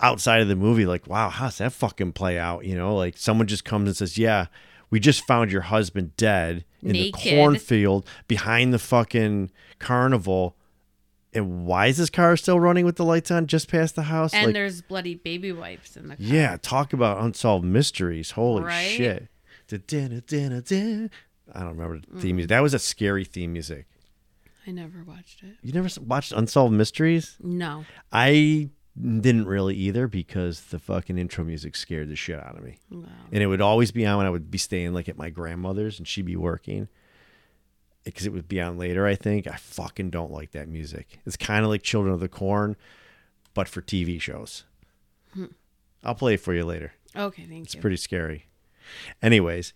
Speaker 2: outside of the movie, like, wow, how's that fucking play out? You know, like someone just comes and says, Yeah, we just found your husband dead in the
Speaker 1: Naked.
Speaker 2: cornfield behind the fucking carnival. And why is this car still running with the lights on just past the house?
Speaker 1: And
Speaker 2: like,
Speaker 1: there's bloody baby wipes in the car.
Speaker 2: yeah, talk about unsolved mysteries. Holy
Speaker 1: Right?
Speaker 2: shit. Da-da-da-da-da. I don't remember the theme music. That was a scary theme music.
Speaker 1: I never watched it.
Speaker 2: You never s- watched Unsolved Mysteries?
Speaker 1: No.
Speaker 2: I didn't really either because the fucking intro music scared the shit out of me.
Speaker 1: Wow.
Speaker 2: And it would always be on when I would be staying like at my grandmother's and she'd be working because it would be on later, I think. I fucking don't like that music. It's kind of like Children of the Corn, but for TV shows. I'll play it for you later.
Speaker 1: Okay, thank
Speaker 2: It's
Speaker 1: you.
Speaker 2: pretty scary. Anyways,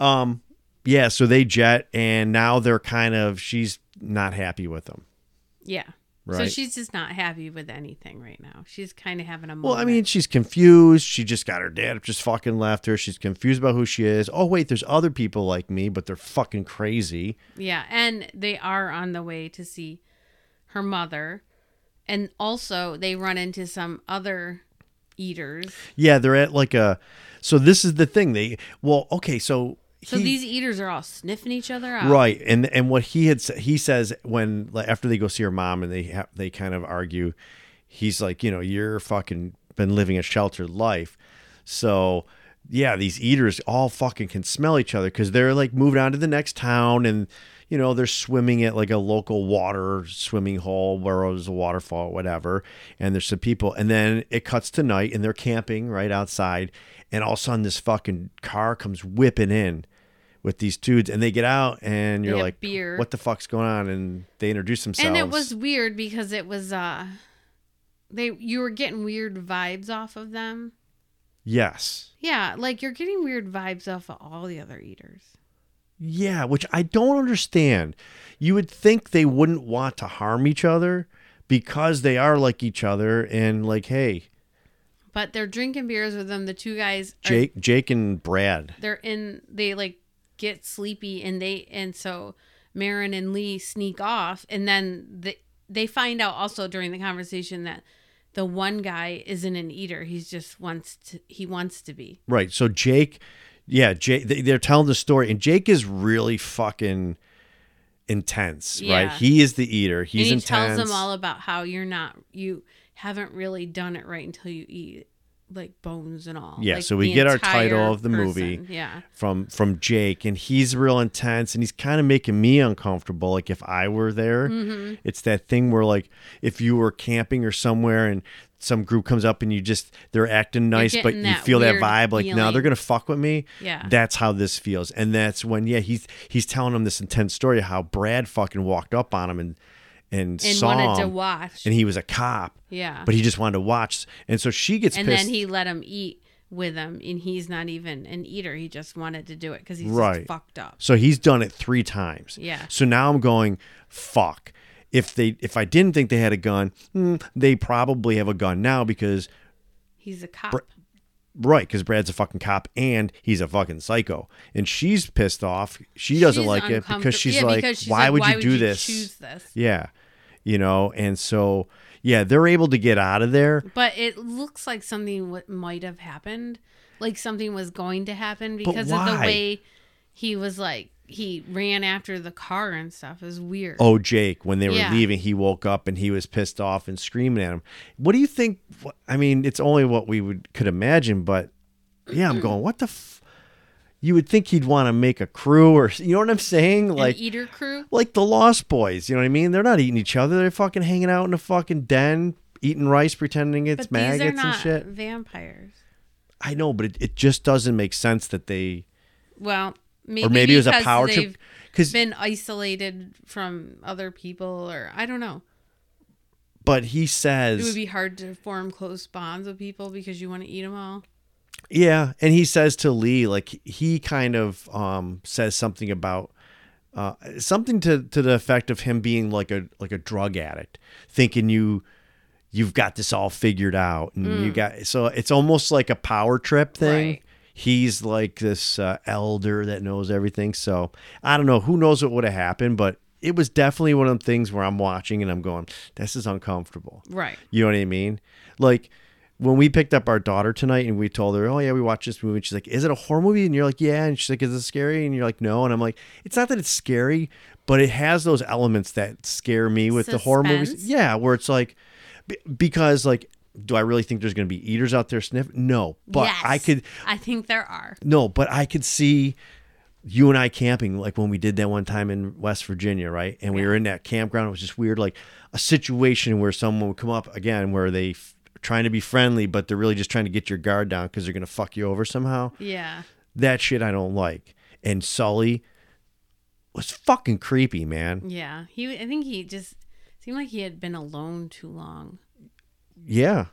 Speaker 2: um, yeah, so they jet and now they're kind of, she's not happy with them.
Speaker 1: yeah. So
Speaker 2: Right.
Speaker 1: she's just not happy with anything right now. She's kind of having a moment.
Speaker 2: Well, I mean, she's confused. She just got her dad just fucking left her. She's confused about who she is. Oh, wait, there's other people like me, but they're fucking crazy.
Speaker 1: Yeah, and they are on the way to see her mother. And also they run into some other eaters.
Speaker 2: Yeah, they're at like a. So this is the thing. They well, okay, so
Speaker 1: So
Speaker 2: he-
Speaker 1: these eaters are all sniffing each other out.
Speaker 2: right, and and what he had sa- he says when like, after they go see her mom and they ha- they kind of argue, he's like, you know, you're fucking been living a sheltered life, so. Yeah, these eaters all fucking can smell each other because they're like moved on to the next town and you know they're swimming at like a local water swimming hole where it was a waterfall whatever and there's some people and then it cuts to night and they're camping right outside and all of a sudden this fucking car comes whipping in with these dudes and they get out and you're
Speaker 1: have
Speaker 2: like
Speaker 1: beer.
Speaker 2: what the fuck's going on and they introduce themselves
Speaker 1: And it was weird because it was uh they you were getting weird vibes off of them.
Speaker 2: yes
Speaker 1: Yeah, like you're getting weird vibes off of all the other eaters.
Speaker 2: yeah which i don't understand you would think they wouldn't want to harm each other because they are like each other and like hey
Speaker 1: But they're drinking beers with them. The two guys are
Speaker 2: jake jake and brad
Speaker 1: they're in they like get sleepy and they and so Marin and Lee sneak off and then the, they find out also during the conversation that the one guy isn't an eater he's just wants to he wants to be
Speaker 2: Right. So Jake, yeah, Jake, they, they're telling the story, and Jake is really fucking intense, right?
Speaker 1: Yeah.
Speaker 2: He is the eater.
Speaker 1: and
Speaker 2: He's
Speaker 1: he tells
Speaker 2: intense.
Speaker 1: them all about how you're not you haven't really done it right until you eat like bones and all
Speaker 2: Yeah,
Speaker 1: Like,
Speaker 2: so we
Speaker 1: the
Speaker 2: get our
Speaker 1: entire
Speaker 2: title of the movie.
Speaker 1: person. yeah
Speaker 2: from from Jake, and he's real intense, and he's kind of making me uncomfortable. Like if I were there,
Speaker 1: Mm-hmm.
Speaker 2: it's that thing where like if you were camping or somewhere, and some group comes up and you just they're acting nice, but
Speaker 1: getting
Speaker 2: you
Speaker 1: that
Speaker 2: feel that
Speaker 1: weird
Speaker 2: vibe, like no,
Speaker 1: feeling.
Speaker 2: they're gonna fuck with me.
Speaker 1: Yeah.
Speaker 2: that's how this feels, and that's when yeah, he's he's telling him this intense story of how Brad fucking walked up on him and and,
Speaker 1: and
Speaker 2: saw
Speaker 1: wanted to
Speaker 2: him,
Speaker 1: watch
Speaker 2: and he was a cop.
Speaker 1: yeah
Speaker 2: But he just wanted to watch, and so she gets
Speaker 1: and
Speaker 2: pissed.
Speaker 1: then he let him eat with him and he's not even an eater he just wanted to do it because he's
Speaker 2: Right.
Speaker 1: just fucked up
Speaker 2: So he's done it three times.
Speaker 1: Yeah.
Speaker 2: So now I'm going, fuck. If they, if I didn't think they had a gun, hmm, they probably have a gun now because
Speaker 1: he's a cop
Speaker 2: right, because Brad's a fucking cop and he's a fucking psycho, and she's pissed off. She doesn't
Speaker 1: She's
Speaker 2: like it because
Speaker 1: uncomfortable-
Speaker 2: she's
Speaker 1: yeah,
Speaker 2: like,
Speaker 1: because she's
Speaker 2: why
Speaker 1: like,
Speaker 2: would
Speaker 1: why
Speaker 2: you do this?
Speaker 1: choose this
Speaker 2: Yeah, you know, and so yeah, they're able to get out of there.
Speaker 1: but it looks like something what might have happened like something was going to happen because of the
Speaker 2: why?
Speaker 1: way he was like he ran after the car and stuff it was weird
Speaker 2: Oh, Jake, when they were
Speaker 1: Yeah.
Speaker 2: leaving, he woke up and he was pissed off and screaming at him. What do you think? wh- I mean, it's only what we would could imagine, but yeah, I'm going. What the? F-? You would think he'd want to make a crew, or you know what I'm saying? Like,
Speaker 1: An eater crew
Speaker 2: like the Lost Boys. You know what I mean? They're not eating each other. They're fucking hanging out in a fucking den, eating rice, pretending it's
Speaker 1: but these are
Speaker 2: maggots
Speaker 1: not
Speaker 2: and shit.
Speaker 1: vampires
Speaker 2: I know, but it, it just doesn't make sense that they,
Speaker 1: well maybe,
Speaker 2: or maybe it was a
Speaker 1: because
Speaker 2: power
Speaker 1: they've
Speaker 2: trip. Because
Speaker 1: been isolated from other people or i don't know
Speaker 2: but he says
Speaker 1: It would be hard to form close bonds with people because you want to eat them all.
Speaker 2: Yeah, and he says to Lee, like he kind of um, says something about uh, something to to the effect of him being like a like a drug addict, thinking you you've got this all figured out, and you got so it's almost like a power trip thing.
Speaker 1: Right.
Speaker 2: He's like this uh, elder that knows everything. So I don't know who knows what would have happened, but it was definitely one of them things where I'm watching and I'm going, this is uncomfortable.
Speaker 1: Right.
Speaker 2: You know what I mean? Like when we picked up our daughter tonight and we told her, "Oh yeah, we watched this movie." And she's like, "Is it a horror movie?" And you're like, "Yeah." And she's like, "Is it scary?" And you're like, "No." And I'm like, "It's not that it's scary, but it has those elements that scare me with the horror movies."
Speaker 1: Suspense.
Speaker 2: Yeah, where it's like be- because like do I really think there's going to be eaters out there sniff? No, but
Speaker 1: yes.
Speaker 2: I could
Speaker 1: I think there are.
Speaker 2: no, but I could see you and I camping like when we did that one time in West Virginia, right? And we were in that campground. It was just weird, like a situation where someone would come up again, where they f- trying to be friendly, but they're really just trying to get your guard down because they're gonna fuck you over somehow.
Speaker 1: Yeah.
Speaker 2: That shit I don't like. And Sully was fucking creepy, man.
Speaker 1: Yeah. He I think he just seemed like he had been alone too long.
Speaker 2: Yeah.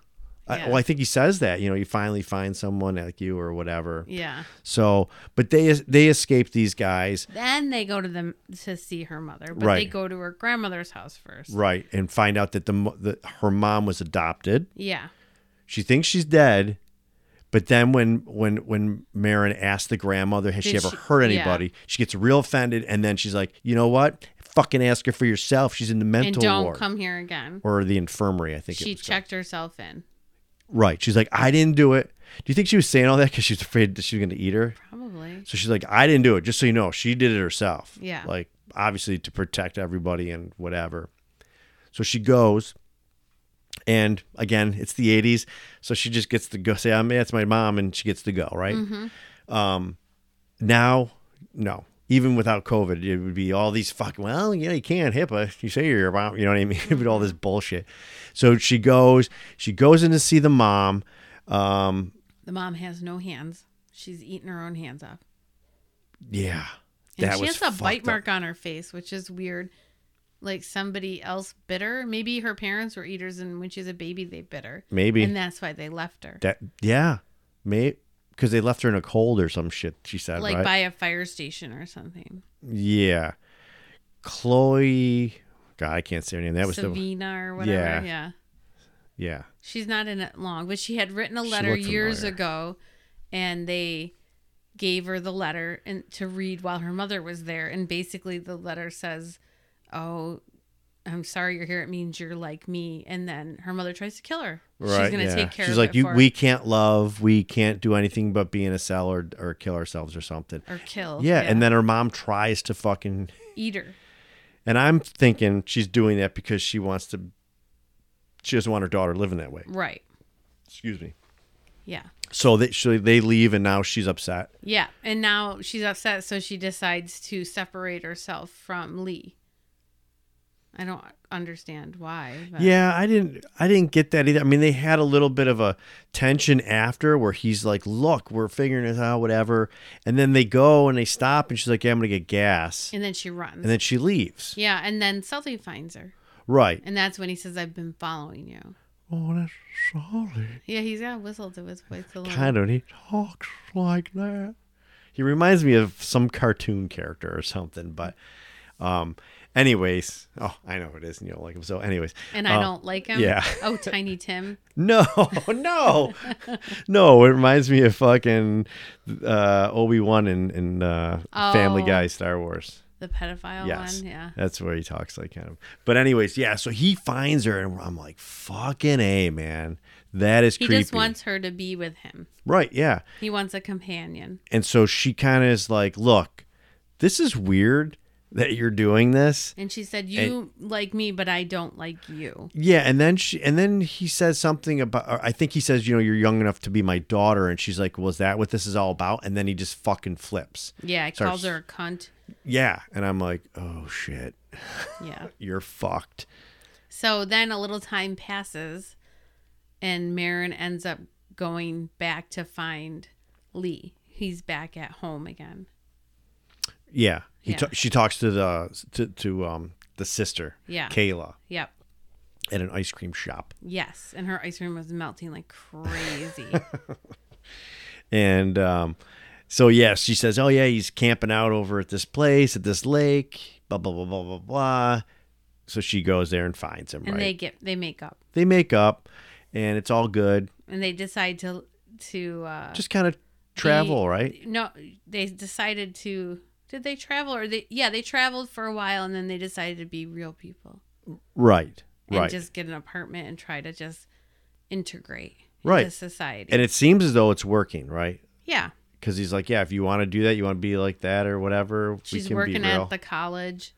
Speaker 2: I,
Speaker 1: Yeah.
Speaker 2: well, I think he says that. You know, you finally find someone like you or whatever.
Speaker 1: Yeah.
Speaker 2: So, but they they escape these guys.
Speaker 1: Then they go to them to see her mother, but they
Speaker 2: Right.
Speaker 1: go to her grandmother's house first.
Speaker 2: Right, and find out that the, mo- the her mom was adopted.
Speaker 1: Yeah.
Speaker 2: She thinks she's dead, but then when when when Marin asks the grandmother, has she
Speaker 1: Did
Speaker 2: ever
Speaker 1: she-
Speaker 2: hurt
Speaker 1: yeah.
Speaker 2: anybody? She gets real offended, and then she's like, you know what? Fucking ask her for yourself. She's in the mental
Speaker 1: And don't
Speaker 2: ward
Speaker 1: come here again.
Speaker 2: or the infirmary. I think it
Speaker 1: She
Speaker 2: was called.
Speaker 1: checked herself in.
Speaker 2: Right, she's like, I didn't do it. Do you think she was saying all that because she was afraid that she was going to eat her?
Speaker 1: Probably.
Speaker 2: So she's like, I didn't do it. Just so you know, she did it herself.
Speaker 1: Yeah.
Speaker 2: Like, obviously, to protect everybody and whatever. So she goes. And again, it's the 80s. So she just gets to go say, I mean, that's my mom. And she gets to go, right? Um,
Speaker 1: Mm-hmm.
Speaker 2: now, no. Even without COVID, it would be all these fucking, well, yeah, you can't HIPAA. You say you're your mom. You know what I mean? but
Speaker 1: Mm-hmm.
Speaker 2: all this bullshit. So she goes, she goes in to see the mom. Um,
Speaker 1: The mom has no hands. She's eating her own hands off.
Speaker 2: yeah.
Speaker 1: And
Speaker 2: that
Speaker 1: she
Speaker 2: was
Speaker 1: has a bite
Speaker 2: fucked up.
Speaker 1: mark on her face, which is weird. Like somebody else bit her. Maybe her parents were eaters, and when she was a baby, they bit her.
Speaker 2: Maybe.
Speaker 1: And that's why they left her.
Speaker 2: That yeah, may because they left her in a cold or some shit. She said
Speaker 1: like
Speaker 2: right.
Speaker 1: by a fire station or something.
Speaker 2: yeah, Chloe. God, I can't say her name. That was the
Speaker 1: Savina or whatever.
Speaker 2: Yeah.
Speaker 1: Yeah.
Speaker 2: yeah.
Speaker 1: She's not in it long, but she had written a letter
Speaker 2: looked
Speaker 1: years
Speaker 2: familiar.
Speaker 1: ago and they gave her the letter and to read while her mother was there and basically the letter says, "Oh, I'm sorry you're here. It means you're like me." And then her mother tries to kill her. She's going to
Speaker 2: yeah.
Speaker 1: take care
Speaker 2: She's
Speaker 1: of
Speaker 2: like,
Speaker 1: it
Speaker 2: you,
Speaker 1: for
Speaker 2: we can't love, we can't do anything but be in a cell or, or kill ourselves or something.
Speaker 1: or kill.
Speaker 2: yeah, and then her mom tries to fucking.
Speaker 1: eat her.
Speaker 2: And I'm thinking she's doing that because she wants to. She doesn't want her daughter living that way.
Speaker 1: Right.
Speaker 2: Excuse me.
Speaker 1: Yeah.
Speaker 2: So they so they leave, and now she's upset.
Speaker 1: Yeah, and now she's upset, so she decides to separate herself from Lee. I don't understand why. But
Speaker 2: Yeah, I didn't I didn't get that either. I mean, they had a little bit of a tension after where he's like, "Look, we're figuring this out, whatever." And then they go and they stop and she's like, "Yeah, I'm going to get gas."
Speaker 1: And then she runs.
Speaker 2: And then she leaves.
Speaker 1: yeah, and then Sully finds her,
Speaker 2: Right.
Speaker 1: and that's when he says, "I've been following you."
Speaker 2: Oh, that's sorry.
Speaker 1: Yeah, he's got a whistle to his voice a little.
Speaker 2: Kind of he talks like that. He reminds me of some cartoon character or something, but um anyways, oh, I know who it is and you'll like him. So anyways,
Speaker 1: and I don't like him.
Speaker 2: uh, yeah.
Speaker 1: Oh, Tiny Tim.
Speaker 2: No, no, no. It reminds me of fucking uh, Obi Wan and, and uh, Family
Speaker 1: Oh.
Speaker 2: Guy Star Wars.
Speaker 1: The pedophile
Speaker 2: Yes.
Speaker 1: one, yeah.
Speaker 2: That's where he talks like kind of. But, anyways, yeah. So he finds her, and I'm like, fucking A, man. That is
Speaker 1: He
Speaker 2: creepy.
Speaker 1: just wants her to be with him.
Speaker 2: right, yeah.
Speaker 1: He wants a companion.
Speaker 2: And so she kind of is like, look, this is weird that you're doing this.
Speaker 1: And she said, "You like me, but I don't like you."
Speaker 2: Yeah, and then she, and then he says something about. or I think he says, you know, you're young enough to be my daughter, and she's like, "Was that what this is all about?" And then he just fucking flips.
Speaker 1: Yeah, he
Speaker 2: Starts-
Speaker 1: calls her a cunt.
Speaker 2: Yeah, and I'm like, "Oh shit,
Speaker 1: Yeah.
Speaker 2: you're fucked."
Speaker 1: So then a little time passes, and Marin ends up going back to find Lee. He's back at home again.
Speaker 2: Yeah, he
Speaker 1: Yeah.
Speaker 2: ta- she talks to the to, to um the sister,
Speaker 1: Yeah.
Speaker 2: Kayla,
Speaker 1: Yep.
Speaker 2: at an ice cream shop,
Speaker 1: Yes. And her ice cream was melting like crazy.
Speaker 2: And um, so yeah, she says, "Oh yeah, he's camping out over at this place at this lake." Blah blah blah blah blah blah. So she goes there and finds him.
Speaker 1: and
Speaker 2: right?
Speaker 1: they get they make up
Speaker 2: they make up, and it's all good.
Speaker 1: and they decide to to uh
Speaker 2: Just kind of travel, right?
Speaker 1: no they decided to did they travel or they yeah they traveled for a while and then they decided to be real people
Speaker 2: Right,
Speaker 1: and
Speaker 2: right.
Speaker 1: just get an apartment and try to just integrate
Speaker 2: Right.
Speaker 1: into society
Speaker 2: and it seems as though it's working, right?
Speaker 1: yeah
Speaker 2: Because he's like, "Yeah, if you want to do that, you want to be like that or whatever."
Speaker 1: she's working at the college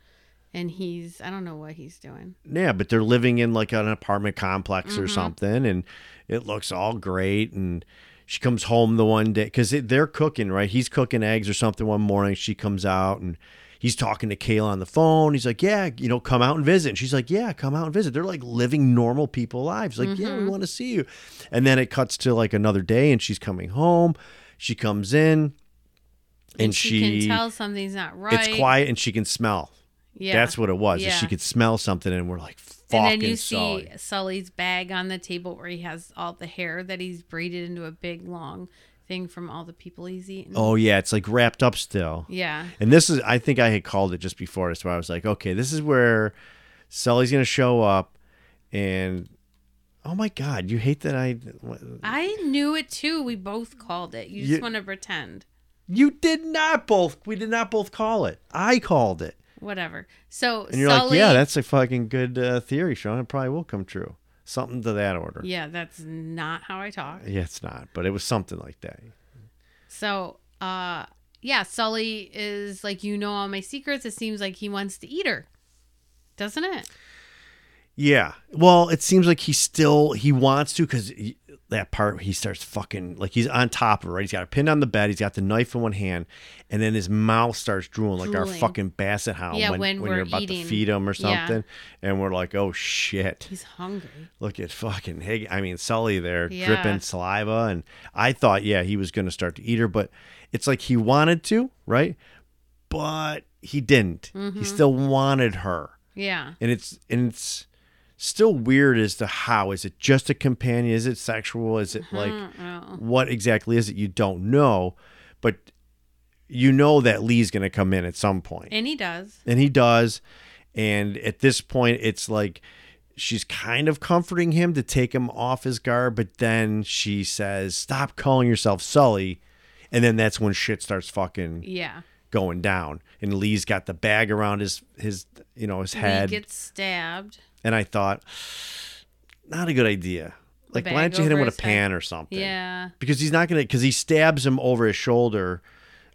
Speaker 1: and he's i don't know what he's doing
Speaker 2: Yeah, but they're living in like an apartment complex
Speaker 1: Mm-hmm.
Speaker 2: or something, and it looks all great. And she comes home the one day because they're cooking, right? He's cooking eggs or something one morning. She comes out and he's talking to Kayla on the phone. He's like, Yeah, you know, come out and visit. And she's like, Yeah, come out and visit. They're like living normal people lives. Like, Yeah,
Speaker 1: Mm-hmm.
Speaker 2: we want to see you. And then it cuts to like another day, and she's coming home. She comes in, and, she,
Speaker 1: she can tell something's not right
Speaker 2: it's quiet, and she can smell.
Speaker 1: yeah
Speaker 2: That's what it was. is
Speaker 1: Yeah.
Speaker 2: she could smell something, and we're like, fucking
Speaker 1: and then you see
Speaker 2: Sully.
Speaker 1: Sully's bag on the table where he has all the hair that he's braided into a big long thing from all the people he's eaten.
Speaker 2: Oh yeah, it's like wrapped up still.
Speaker 1: Yeah.
Speaker 2: And this is, I think I had called it just before this, where I was like, okay, this is where Sully's gonna show up, and oh my god, you hate that I,
Speaker 1: I knew it too. We both called it. You just
Speaker 2: You-
Speaker 1: want to pretend.
Speaker 2: you did not both, we did not both call it. I called it,
Speaker 1: Whatever. So
Speaker 2: and you're
Speaker 1: Sully
Speaker 2: like, yeah, that's a fucking good uh, theory, Sean. It probably will come true, something to that order. Yeah.
Speaker 1: Yeah, that's not how I talk.
Speaker 2: it's not, but it was something like that.
Speaker 1: So uh yeah, Sully is like, you know all my secrets. It seems like he wants to eat her. Doesn't it?
Speaker 2: Yeah. Well, it seems like he still he wants to because that part he starts fucking like he's on top of her. Right? He's got her pinned on the bed. He's got the knife in one hand, and then his mouth starts drooling like our
Speaker 1: Drooling.
Speaker 2: fucking basset hound
Speaker 1: Yeah,
Speaker 2: when,
Speaker 1: when
Speaker 2: you're
Speaker 1: we're
Speaker 2: about
Speaker 1: eating.
Speaker 2: to feed him or
Speaker 1: Yeah.
Speaker 2: something. And we're like, oh shit!
Speaker 1: He's hungry.
Speaker 2: Look at fucking Hig. I mean Sully there
Speaker 1: Yeah.
Speaker 2: dripping saliva, and I thought yeah he was gonna start to eat her, but it's like he wanted to right, but he didn't.
Speaker 1: Mm-hmm.
Speaker 2: He still wanted her
Speaker 1: Yeah.
Speaker 2: and it's and it's still weird as to how is it just a companion is it sexual is it like
Speaker 1: Uh-huh. Uh-oh.
Speaker 2: what exactly is it you don't know but you know that lee's going to come in at some point
Speaker 1: And he does.
Speaker 2: and he does and at this point it's like she's kind of comforting him to take him off his guard but then she says stop calling yourself sully and then that's when shit starts fucking
Speaker 1: Yeah.
Speaker 2: going down and lee's got the bag around his his you know his head
Speaker 1: He gets stabbed.
Speaker 2: and I thought, not a good idea. Like, why
Speaker 1: bag
Speaker 2: don't you hit him
Speaker 1: over
Speaker 2: with a
Speaker 1: his head.
Speaker 2: pan or something?
Speaker 1: Yeah.
Speaker 2: Because he's not gonna. Because he stabs him over his shoulder.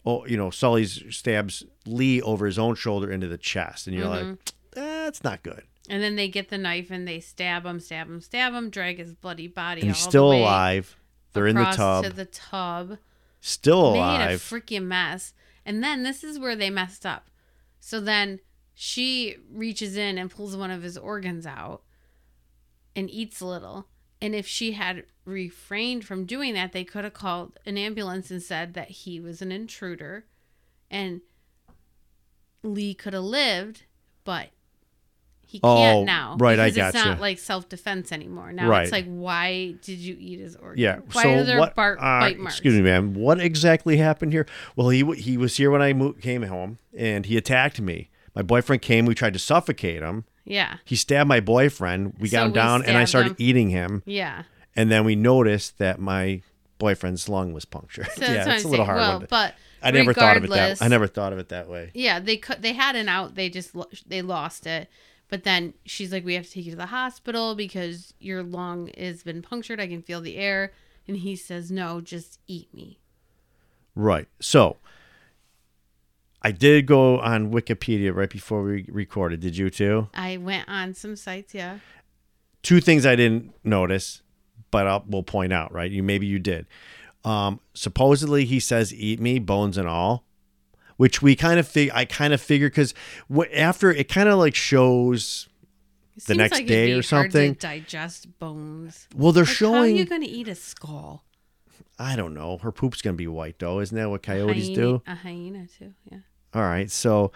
Speaker 2: Oh, you know, Sully stabs Lee over his own shoulder into the chest, and you're
Speaker 1: Mm-hmm.
Speaker 2: like, that's not good.
Speaker 1: And then they get the knife and they stab him, stab him, stab him, drag his bloody body.
Speaker 2: And he's
Speaker 1: all the
Speaker 2: still
Speaker 1: way
Speaker 2: alive. They're in the
Speaker 1: across
Speaker 2: tub,
Speaker 1: To the tub.
Speaker 2: still
Speaker 1: Made a
Speaker 2: alive.
Speaker 1: freaking mess. And then this is where they messed up. So then she reaches in and pulls one of his organs out and eats a little. And if she had refrained from doing that, they could have called an ambulance and said that he was an intruder and Lee could have lived, but he
Speaker 2: Oh,
Speaker 1: can't now.
Speaker 2: right, I
Speaker 1: because It's
Speaker 2: gotcha.
Speaker 1: not like self defense anymore. Now
Speaker 2: Right.
Speaker 1: it's like, why did you eat his organ?
Speaker 2: yeah.
Speaker 1: Why
Speaker 2: so
Speaker 1: are there
Speaker 2: what?
Speaker 1: bar-
Speaker 2: uh,
Speaker 1: bite marks?
Speaker 2: Excuse me, ma'am. What exactly happened here? Well, he w- he was here when I mo- came home, and he attacked me. My boyfriend came. We tried to suffocate him.
Speaker 1: Yeah.
Speaker 2: he stabbed my boyfriend. We got
Speaker 1: So
Speaker 2: him
Speaker 1: we
Speaker 2: down, and I
Speaker 1: stabbed
Speaker 2: started
Speaker 1: him.
Speaker 2: eating him.
Speaker 1: Yeah.
Speaker 2: And then we noticed that my boyfriend's lung was punctured.
Speaker 1: So that's
Speaker 2: yeah,
Speaker 1: what
Speaker 2: it's a
Speaker 1: I'm
Speaker 2: little
Speaker 1: saying.
Speaker 2: hard.
Speaker 1: well,
Speaker 2: one to-
Speaker 1: but
Speaker 2: I never thought of it that.
Speaker 1: regardless-
Speaker 2: I never thought of it that way.
Speaker 1: Yeah, they could. They had an out. They just lo- they lost it. But then she's like, "We have to take you to the hospital because your lung has been punctured. I can feel the air." And he says, "No, just eat me."
Speaker 2: Right. So I did go on Wikipedia right before we recorded. Did you too?
Speaker 1: I went on some sites. Yeah.
Speaker 2: two things I didn't notice, but I'll, we'll point out, right? You maybe you did. Um, supposedly he says, "Eat me, bones and all," which we kind of fig- I kind of figure because after it kind of like shows.
Speaker 1: It
Speaker 2: The
Speaker 1: seems
Speaker 2: next
Speaker 1: like it'd
Speaker 2: day
Speaker 1: be
Speaker 2: or
Speaker 1: hard to
Speaker 2: something?
Speaker 1: digest bones.
Speaker 2: Well, they're
Speaker 1: Like, How are
Speaker 2: showing.
Speaker 1: you going to eat a skull?
Speaker 2: I don't know. Her poop's gonna be white though, isn't that what coyotes
Speaker 1: Hyena-
Speaker 2: do?
Speaker 1: A hyena too. Yeah.
Speaker 2: All right, so,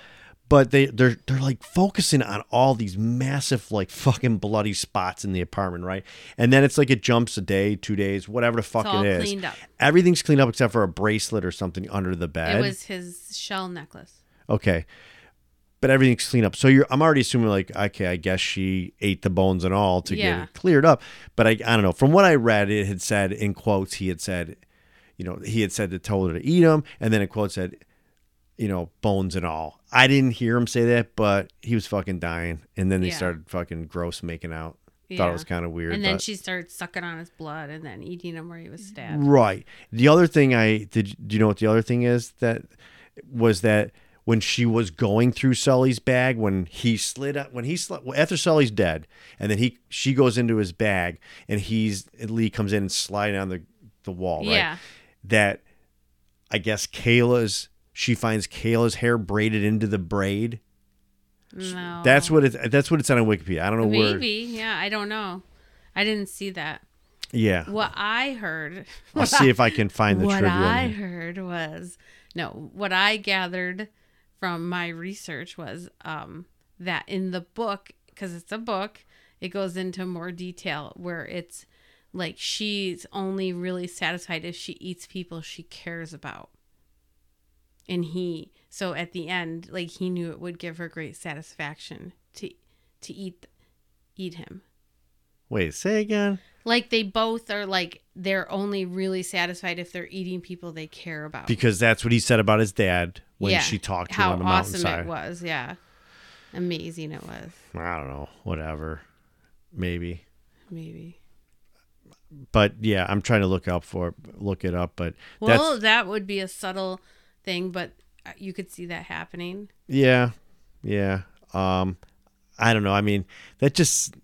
Speaker 2: but they they're they're like focusing on all these massive like fucking bloody spots in the apartment, right? And then it's like it jumps a day, two days, whatever the fuck
Speaker 1: all
Speaker 2: it is.
Speaker 1: cleaned up.
Speaker 2: Everything's cleaned up except for a bracelet or something under the bed.
Speaker 1: It was his shell necklace.
Speaker 2: Okay. But everything's cleaned up. So you're I'm already assuming like, okay, I guess she ate the bones and all to
Speaker 1: Yeah.
Speaker 2: get it cleared up. But I I don't know. From what I read, it had said in quotes, he had said, you know, he had said to told her to eat them, and then in quotes said, you know, bones and all. I didn't hear him say that, but he was fucking dying. And then they
Speaker 1: Yeah.
Speaker 2: started fucking gross making out. Thought
Speaker 1: Yeah.
Speaker 2: it was kind of weird.
Speaker 1: And then
Speaker 2: but-
Speaker 1: she started sucking on his blood and then eating him where he was stabbed.
Speaker 2: Right. The other thing I did do you know what the other thing is that was that when she was going through Sully's bag when he slid up when he slid well, after Sully's dead and then he she goes into his bag and he's and Lee comes in and sliding down the the wall, right?
Speaker 1: Yeah.
Speaker 2: That I guess Kayla's she finds Kayla's hair braided into the braid.
Speaker 1: No.
Speaker 2: That's what it that's what it's on Wikipedia. I don't know where
Speaker 1: Maybe. Yeah, I don't know. I didn't see that.
Speaker 2: Yeah.
Speaker 1: What I heard.
Speaker 2: I'll see if I can find the
Speaker 1: what
Speaker 2: trivia.
Speaker 1: I heard was no, what I gathered from my research was um, that in the book, because it's a book, it goes into more detail where it's like she's only really satisfied if she eats people she cares about. And he, so at the end, like he knew it would give her great satisfaction to to eat eat him.
Speaker 2: Wait, say again.
Speaker 1: Like they both are like they're only really satisfied if they're eating people they care about.
Speaker 2: because that's what he said about his dad when
Speaker 1: Yeah,
Speaker 2: she talked to him
Speaker 1: how
Speaker 2: on the
Speaker 1: awesome
Speaker 2: mountainside.
Speaker 1: it was. Yeah, amazing it was.
Speaker 2: I don't know, whatever, maybe.
Speaker 1: Maybe.
Speaker 2: But yeah, I'm trying to look up for it- look it up, but
Speaker 1: Well,
Speaker 2: that's
Speaker 1: that would be a subtle thing, but uh, you could see that happening.
Speaker 2: yeah, yeah. Um, I don't know. I mean, that just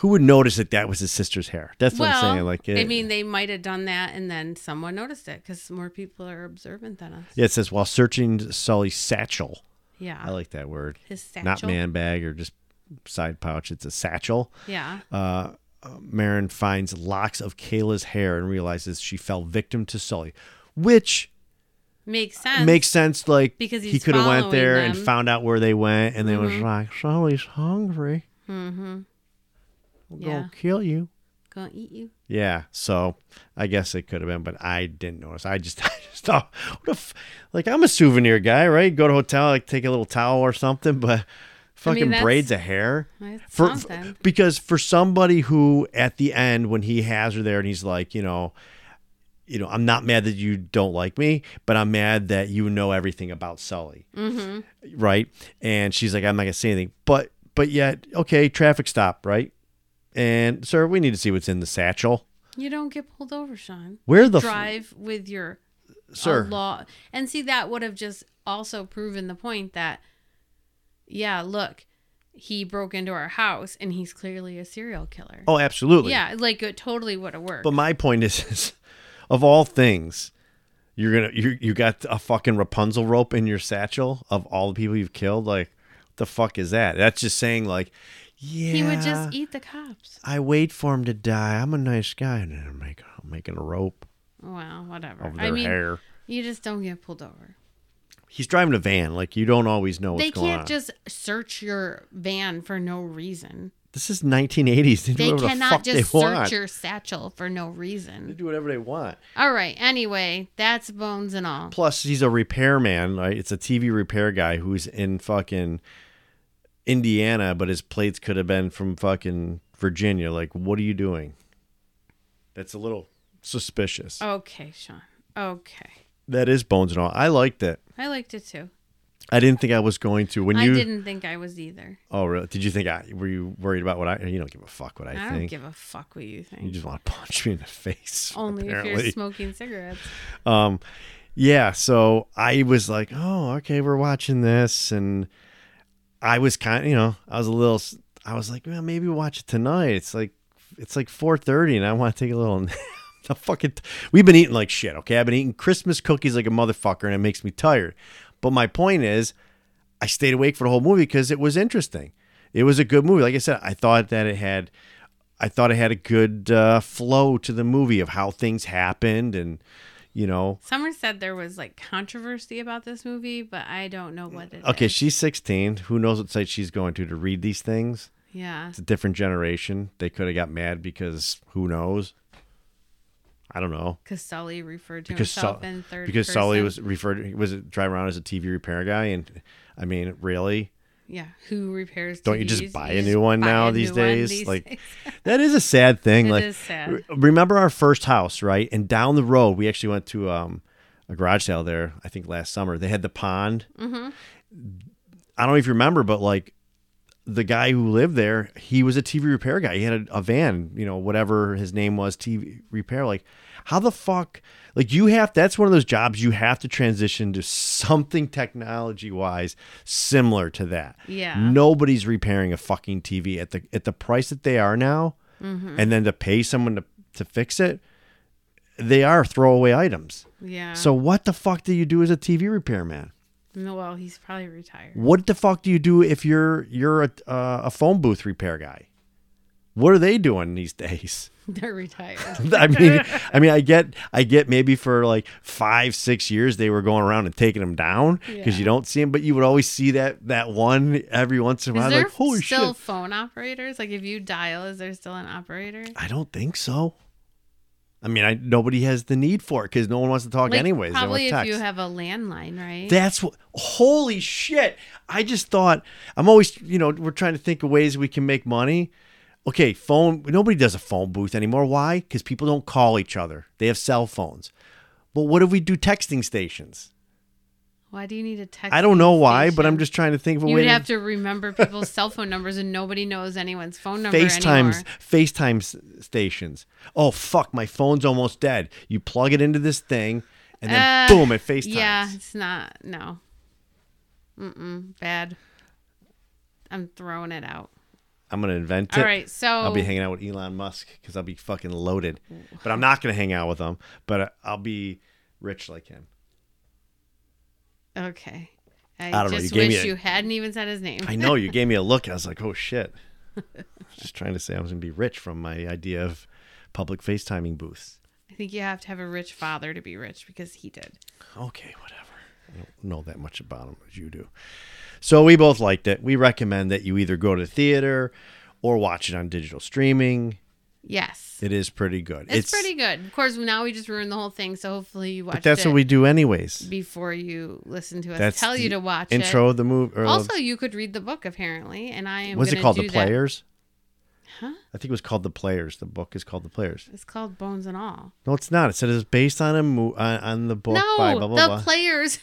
Speaker 2: who would notice that that was his sister's hair? That's what
Speaker 1: well,
Speaker 2: I'm saying. Like, it,
Speaker 1: I mean, they might have done that, and then someone noticed it because more people are observant than us.
Speaker 2: yeah, it says while searching Sully's satchel.
Speaker 1: Yeah.
Speaker 2: I like that word,
Speaker 1: His satchel.
Speaker 2: not man bag or just side pouch. It's a satchel.
Speaker 1: Yeah.
Speaker 2: uh, Marin finds locks of Kayla's hair and realizes she fell victim to Sully, which
Speaker 1: Makes sense.
Speaker 2: makes sense. Like
Speaker 1: Because
Speaker 2: he
Speaker 1: he's
Speaker 2: could have went
Speaker 1: following
Speaker 2: there and
Speaker 1: them. Mm-hmm.
Speaker 2: found out where they went, and they was like, "Sully's hungry. Mm-hmm. We'll
Speaker 1: Yeah.
Speaker 2: kill you."
Speaker 1: Gonna eat you.
Speaker 2: Yeah, so I guess it could have been, but I didn't notice. I just, I just thought, what if, like, I'm a souvenir guy, right? Go to a hotel, like, take a little towel or something, but fucking
Speaker 1: that's-
Speaker 2: braids a hair
Speaker 1: That's
Speaker 2: for, for
Speaker 1: something.
Speaker 2: because for somebody who at the end when he has her there and he's like, you know, you know, I'm not mad that you don't like me, but I'm mad that you know everything about Sully, mm-hmm. right? And she's like, I'm not gonna say anything, but but yet, okay, traffic stop, right? And sir, we need to see what's in the satchel.
Speaker 1: You don't get pulled over, Sean.
Speaker 2: Where the f-
Speaker 1: Drive with your
Speaker 2: sir?
Speaker 1: a law and see that would have just also proven the point that yeah look he broke into our house and he's clearly a serial killer
Speaker 2: oh, absolutely.
Speaker 1: yeah like it totally would have worked
Speaker 2: But my point is, is of all things, you're gonna you you got a fucking Rapunzel rope in your satchel of all the people you've killed. Like, what the fuck is that? That's just saying like, yeah,
Speaker 1: he would just eat the cops
Speaker 2: I wait for him to die. I'm a nice guy, and then I'm making I'm making a rope
Speaker 1: well whatever
Speaker 2: of their
Speaker 1: i mean
Speaker 2: hair.
Speaker 1: you just don't get pulled over
Speaker 2: He's driving a van. Like you don't always know what's
Speaker 1: they
Speaker 2: going
Speaker 1: can't
Speaker 2: on.
Speaker 1: just search your van for no reason
Speaker 2: this is 1980s. They,
Speaker 1: they
Speaker 2: do whatever the
Speaker 1: cannot
Speaker 2: fuck they
Speaker 1: just
Speaker 2: want.
Speaker 1: search your satchel for no
Speaker 2: they
Speaker 1: reason
Speaker 2: do whatever they want.
Speaker 1: all right anyway that's bones and all
Speaker 2: Plus, he's a repairman, right? It's a TV repair guy who's in fucking Indiana, but his plates could have been from fucking Virginia. Like, what are you doing? That's a little suspicious.
Speaker 1: okay sean okay
Speaker 2: That is bones and all. I liked it.
Speaker 1: i liked it too
Speaker 2: I didn't think I was going to. When
Speaker 1: I
Speaker 2: you,
Speaker 1: didn't think I was either.
Speaker 2: oh really? Did you think I were you worried about what I? You don't give a fuck what I,
Speaker 1: I, don't
Speaker 2: think.
Speaker 1: give a fuck what you
Speaker 2: you
Speaker 1: think.
Speaker 2: just want to punch me in the face.
Speaker 1: Only if
Speaker 2: apparently.
Speaker 1: you're smoking cigarettes.
Speaker 2: um yeah so i was like oh okay we're watching this and i was kind of you know i was a little s- i was like well maybe watch it tonight it's like it's like 4.30 and i want to take a little nap. the fucking we've been eating like shit okay i've been eating christmas cookies like a motherfucker and it makes me tired but my point is i stayed awake for the whole movie because it was interesting it was a good movie like i said i thought that it had I thought it had a good uh, flow to the movie of how things happened and you know
Speaker 1: Summer said there was like controversy about this movie, but I don't know what it is.
Speaker 2: okay she's 16 who knows what site she's going to to read these things
Speaker 1: Yeah.
Speaker 2: it's a different generation they could have got mad because who knows i don't know
Speaker 1: Because Sully referred to
Speaker 2: because
Speaker 1: himself
Speaker 2: Sul-
Speaker 1: in third
Speaker 2: because
Speaker 1: person.
Speaker 2: Sully was referred was driving around as a TV repair guy and I mean really
Speaker 1: Yeah. Who repairs
Speaker 2: don't you just
Speaker 1: TVs?
Speaker 2: buy
Speaker 1: You
Speaker 2: a
Speaker 1: just
Speaker 2: new one
Speaker 1: buy
Speaker 2: now
Speaker 1: a
Speaker 2: these
Speaker 1: new one
Speaker 2: days
Speaker 1: these
Speaker 2: like
Speaker 1: days.
Speaker 2: that is a sad thing
Speaker 1: It
Speaker 2: like
Speaker 1: is sad.
Speaker 2: re- remember our first house right and down the road we actually went to um a garage sale there I think last summer they had the pond
Speaker 1: Mm-hmm.
Speaker 2: I don't know if you remember but like the guy who lived there, he was a TV repair guy. He had a, a van, you know, whatever his name was, TV repair. Like, how the fuck? Like, you have that's one of those jobs you have to transition to something technology wise similar to that.
Speaker 1: Yeah.
Speaker 2: Nobody's repairing a fucking TV at the at the price that they are now, and then to pay someone to to fix it. They are throwaway items.
Speaker 1: yeah.
Speaker 2: So what the fuck do you do as a TV repairman?
Speaker 1: No, well, he's probably retired.
Speaker 2: what the fuck do you do if you're you're a, uh, a phone booth repair guy? What are they doing these days?
Speaker 1: They're retired.
Speaker 2: I mean, I mean, I get, I get maybe for like five, six years they were going around and taking them down because
Speaker 1: Yeah.
Speaker 2: you don't see them, but you would always see that that one every once in a
Speaker 1: Is
Speaker 2: while.
Speaker 1: there
Speaker 2: Like, holy
Speaker 1: still
Speaker 2: shit!
Speaker 1: phone operators? Like, if you dial, is there still an operator?
Speaker 2: I don't think so. I mean, I nobody has the need for it because no one wants to talk
Speaker 1: Like,
Speaker 2: anyways. They want
Speaker 1: probably if
Speaker 2: text.
Speaker 1: you have a landline, right?
Speaker 2: That's what. Holy shit! I just thought. I'm always, you know, we're trying to think of ways we can make money. Okay, phone. Nobody does a phone booth anymore. Why? Because people don't call each other. They have cell phones. But what if we do texting stations?
Speaker 1: why do you need a text?
Speaker 2: I don't know why, but I'm
Speaker 1: station?
Speaker 2: just trying to think of a
Speaker 1: You
Speaker 2: way
Speaker 1: would
Speaker 2: to
Speaker 1: have to remember people's cell phone numbers, and nobody knows anyone's phone number
Speaker 2: FaceTime
Speaker 1: anymore.
Speaker 2: FaceTime s- stations. Oh fuck, my phone's almost dead. You plug it into this thing, and then
Speaker 1: Uh,
Speaker 2: boom, it FaceTimes.
Speaker 1: Yeah, it's not. No. Mm-mm, bad. I'm throwing it out.
Speaker 2: I'm gonna invent it.
Speaker 1: All right, so
Speaker 2: I'll be hanging out with Elon Musk because I'll be fucking loaded. But I'm not gonna hang out with him. But I- I'll be rich like him.
Speaker 1: okay. I,
Speaker 2: don't know, you
Speaker 1: just
Speaker 2: gave me
Speaker 1: wish
Speaker 2: a-
Speaker 1: you hadn't even said his name.
Speaker 2: I know you gave me a look. and I was like, oh shit. Just trying to say I was gonna be rich from my idea of public FaceTiming booths.
Speaker 1: I think you have to have a rich father to be rich because he did.
Speaker 2: Okay, whatever. I don't know that much about them as you do. So we both liked it. We recommend that you either go to the theater or watch it on digital streaming.
Speaker 1: Yes.
Speaker 2: It is pretty good.
Speaker 1: It's, pretty good. Of course, now we just ruined the whole thing, so hopefully you watched
Speaker 2: But that's
Speaker 1: it
Speaker 2: what we do anyways.
Speaker 1: before you listen to us
Speaker 2: That's
Speaker 1: tell you
Speaker 2: the
Speaker 1: to watch
Speaker 2: intro of the movie. or
Speaker 1: it.
Speaker 2: of-
Speaker 1: Also, you could read the book apparently, and I am.
Speaker 2: What's it
Speaker 1: gonna
Speaker 2: called?
Speaker 1: do
Speaker 2: The
Speaker 1: that.
Speaker 2: Players?
Speaker 1: Huh?
Speaker 2: I think it was called The Players. The book is called The Players.
Speaker 1: It's called Bones and All.
Speaker 2: No, it's not. It said it's based on a mo- on, on the book
Speaker 1: no,
Speaker 2: by blah blah
Speaker 1: the
Speaker 2: blah.
Speaker 1: players.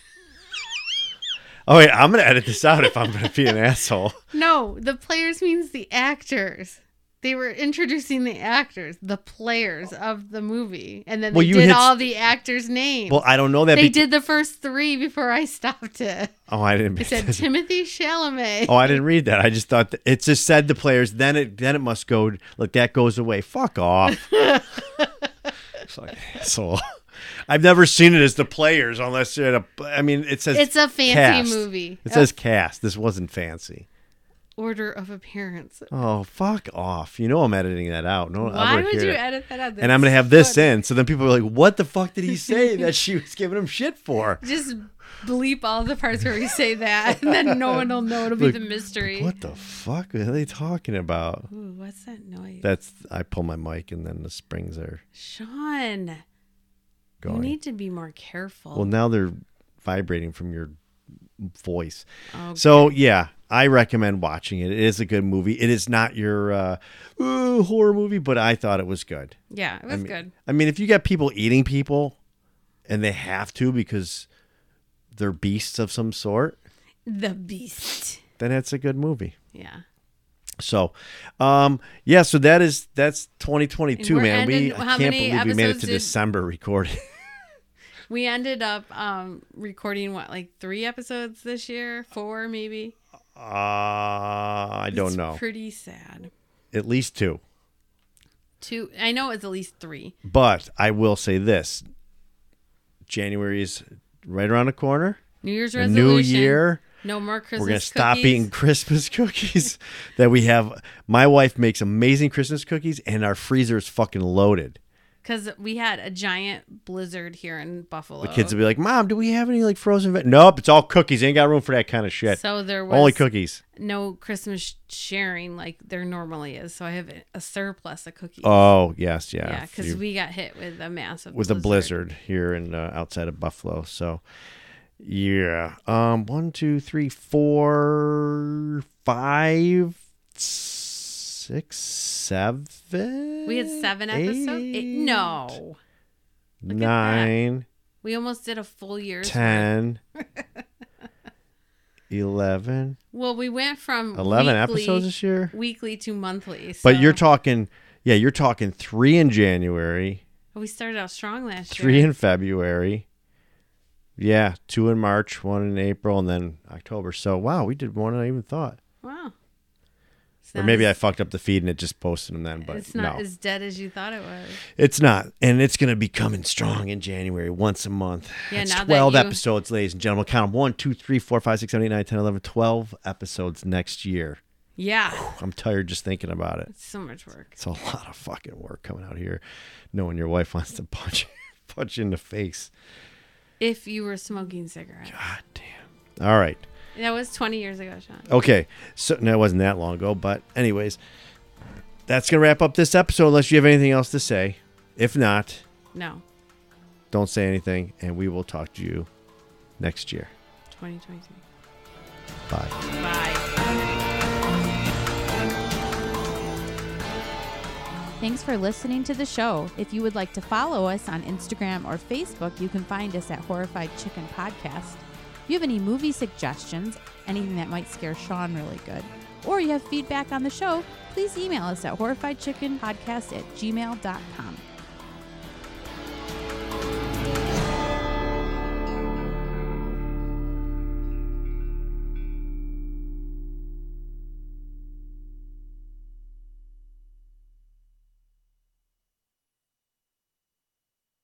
Speaker 2: oh wait, I'm gonna edit this out if I'm gonna be an asshole.
Speaker 1: No, the players means the actors. They were introducing the actors, the players of the movie, and then
Speaker 2: Well,
Speaker 1: they
Speaker 2: you
Speaker 1: did
Speaker 2: hit s-
Speaker 1: all the actors' names.
Speaker 2: Well, I don't know that.
Speaker 1: they
Speaker 2: be-
Speaker 1: did the first three before I stopped it.
Speaker 2: Oh, I didn't.
Speaker 1: It said Timothy Chalamet.
Speaker 2: oh, I didn't read that. I just thought that it just said the players. Then it then it must go. Like that goes away. Fuck off. Fucking asshole. I've never seen it as the players unless you're at a. I mean, it says
Speaker 1: It's a fancy
Speaker 2: cast.
Speaker 1: movie. Oh.
Speaker 2: It
Speaker 1: A
Speaker 2: says cast. This wasn't fancy.
Speaker 1: order of appearance.
Speaker 2: Oh, fuck off. You know I'm editing that out. No,
Speaker 1: Why
Speaker 2: I
Speaker 1: would you
Speaker 2: it.
Speaker 1: edit that out?
Speaker 2: And I'm going to
Speaker 1: That's
Speaker 2: have this
Speaker 1: funny.
Speaker 2: in. So then people are like, what the fuck did he say that she was giving him shit for?
Speaker 1: Just bleep all the parts where we say that, and then no one will know. It'll be
Speaker 2: Look,
Speaker 1: the mystery.
Speaker 2: What the fuck are they talking about?
Speaker 1: Ooh, what's that noise?
Speaker 2: That's, I pull my mic and then the springs are
Speaker 1: Sean,
Speaker 2: going.
Speaker 1: you need to be more careful.
Speaker 2: well, now they're vibrating from your voice.
Speaker 1: Oh,
Speaker 2: So yeah, I recommend watching it. It is a good movie. It is not your uh, ooh, horror movie, but I thought it was good.
Speaker 1: yeah, it was good.
Speaker 2: I mean, if you got people eating people and they have to because they're beasts of some sort,
Speaker 1: The Beast.
Speaker 2: then it's a good movie.
Speaker 1: Yeah.
Speaker 2: So, um, yeah, so that is that's 2022,
Speaker 1: We're
Speaker 2: man. we
Speaker 1: ending-
Speaker 2: I
Speaker 1: how
Speaker 2: can't
Speaker 1: many
Speaker 2: believe we made it
Speaker 1: episodes
Speaker 2: to
Speaker 1: did-
Speaker 2: December recording.
Speaker 1: We ended up um, recording, what, like three episodes this year? Four, maybe?
Speaker 2: uh, I
Speaker 1: It's
Speaker 2: don't know.
Speaker 1: Pretty sad.
Speaker 2: At least two.
Speaker 1: Two. I know it's at least three.
Speaker 2: But I will say this: January is right around the corner.
Speaker 1: New Year's
Speaker 2: A
Speaker 1: resolution.
Speaker 2: new year.
Speaker 1: No more Christmas
Speaker 2: We're gonna stop
Speaker 1: cookies.
Speaker 2: eating Christmas cookies that we have. My wife makes amazing Christmas cookies, and our freezer is fucking loaded.
Speaker 1: because we had a giant blizzard here in Buffalo.
Speaker 2: The kids will be like, "Mom, do we have any like frozen?" Ve-? Nope, it's all cookies. Ain't got room for that kind of shit.
Speaker 1: so there was
Speaker 2: Only cookies.
Speaker 1: no Christmas sharing like there normally is. So I have a surplus of cookies.
Speaker 2: Oh yes, yeah.
Speaker 1: yeah, because
Speaker 2: You-
Speaker 1: we got hit with a massive
Speaker 2: with a blizzard here in uh, outside of Buffalo. So yeah, um, one, two, three, four, five, six, seven.
Speaker 1: We had seven episodes. It,
Speaker 2: eight,
Speaker 1: no, at that.
Speaker 2: nine,
Speaker 1: we almost did a full year's.
Speaker 2: ten, eleven,
Speaker 1: Well, we went from
Speaker 2: eleven
Speaker 1: weekly-
Speaker 2: episodes this year.
Speaker 1: weekly to monthly. So
Speaker 2: But you're talking, yeah, you're talking three in January,
Speaker 1: we started out strong last
Speaker 2: three
Speaker 1: year.
Speaker 2: in February. Yeah, two in March, one in April, and then October. So wow, we did more than I even thought.
Speaker 1: Wow. It's
Speaker 2: Or
Speaker 1: not
Speaker 2: maybe I
Speaker 1: as,
Speaker 2: fucked up the feed and it just posted them then, but
Speaker 1: It's not
Speaker 2: no,
Speaker 1: as dead as you thought it was.
Speaker 2: it's not, and it's gonna be coming strong in January, once a month.
Speaker 1: Yeah,
Speaker 2: That's
Speaker 1: now that
Speaker 2: twelve
Speaker 1: you-
Speaker 2: episodes, ladies and gentlemen. Count them: one, two, three, four, five, six, seven, eight, nine, ten, eleven, twelve episodes next year.
Speaker 1: Yeah,
Speaker 2: I'm tired just thinking about it.
Speaker 1: so much work.
Speaker 2: It's a lot of fucking work coming out here, knowing your wife wants to punch punch you in the face.
Speaker 1: If you were smoking cigarettes,
Speaker 2: God damn. All right.
Speaker 1: that was 20 years ago, Sean.
Speaker 2: Okay. So no, it wasn't that long ago, but anyways, that's gonna wrap up this episode. Unless you have anything else to say, if not,
Speaker 1: No,
Speaker 2: don't say anything, and we will talk to you next year.
Speaker 1: 2023.
Speaker 2: Bye.
Speaker 1: Bye.
Speaker 3: Thanks for listening to the show. If you would like to follow us on Instagram or Facebook, you can find us at Horrified Chicken Podcast. If you have any movie suggestions, anything that might scare Sean really good, or you have feedback on the show, please email us at horrifiedchickenpodcast at gmail.com.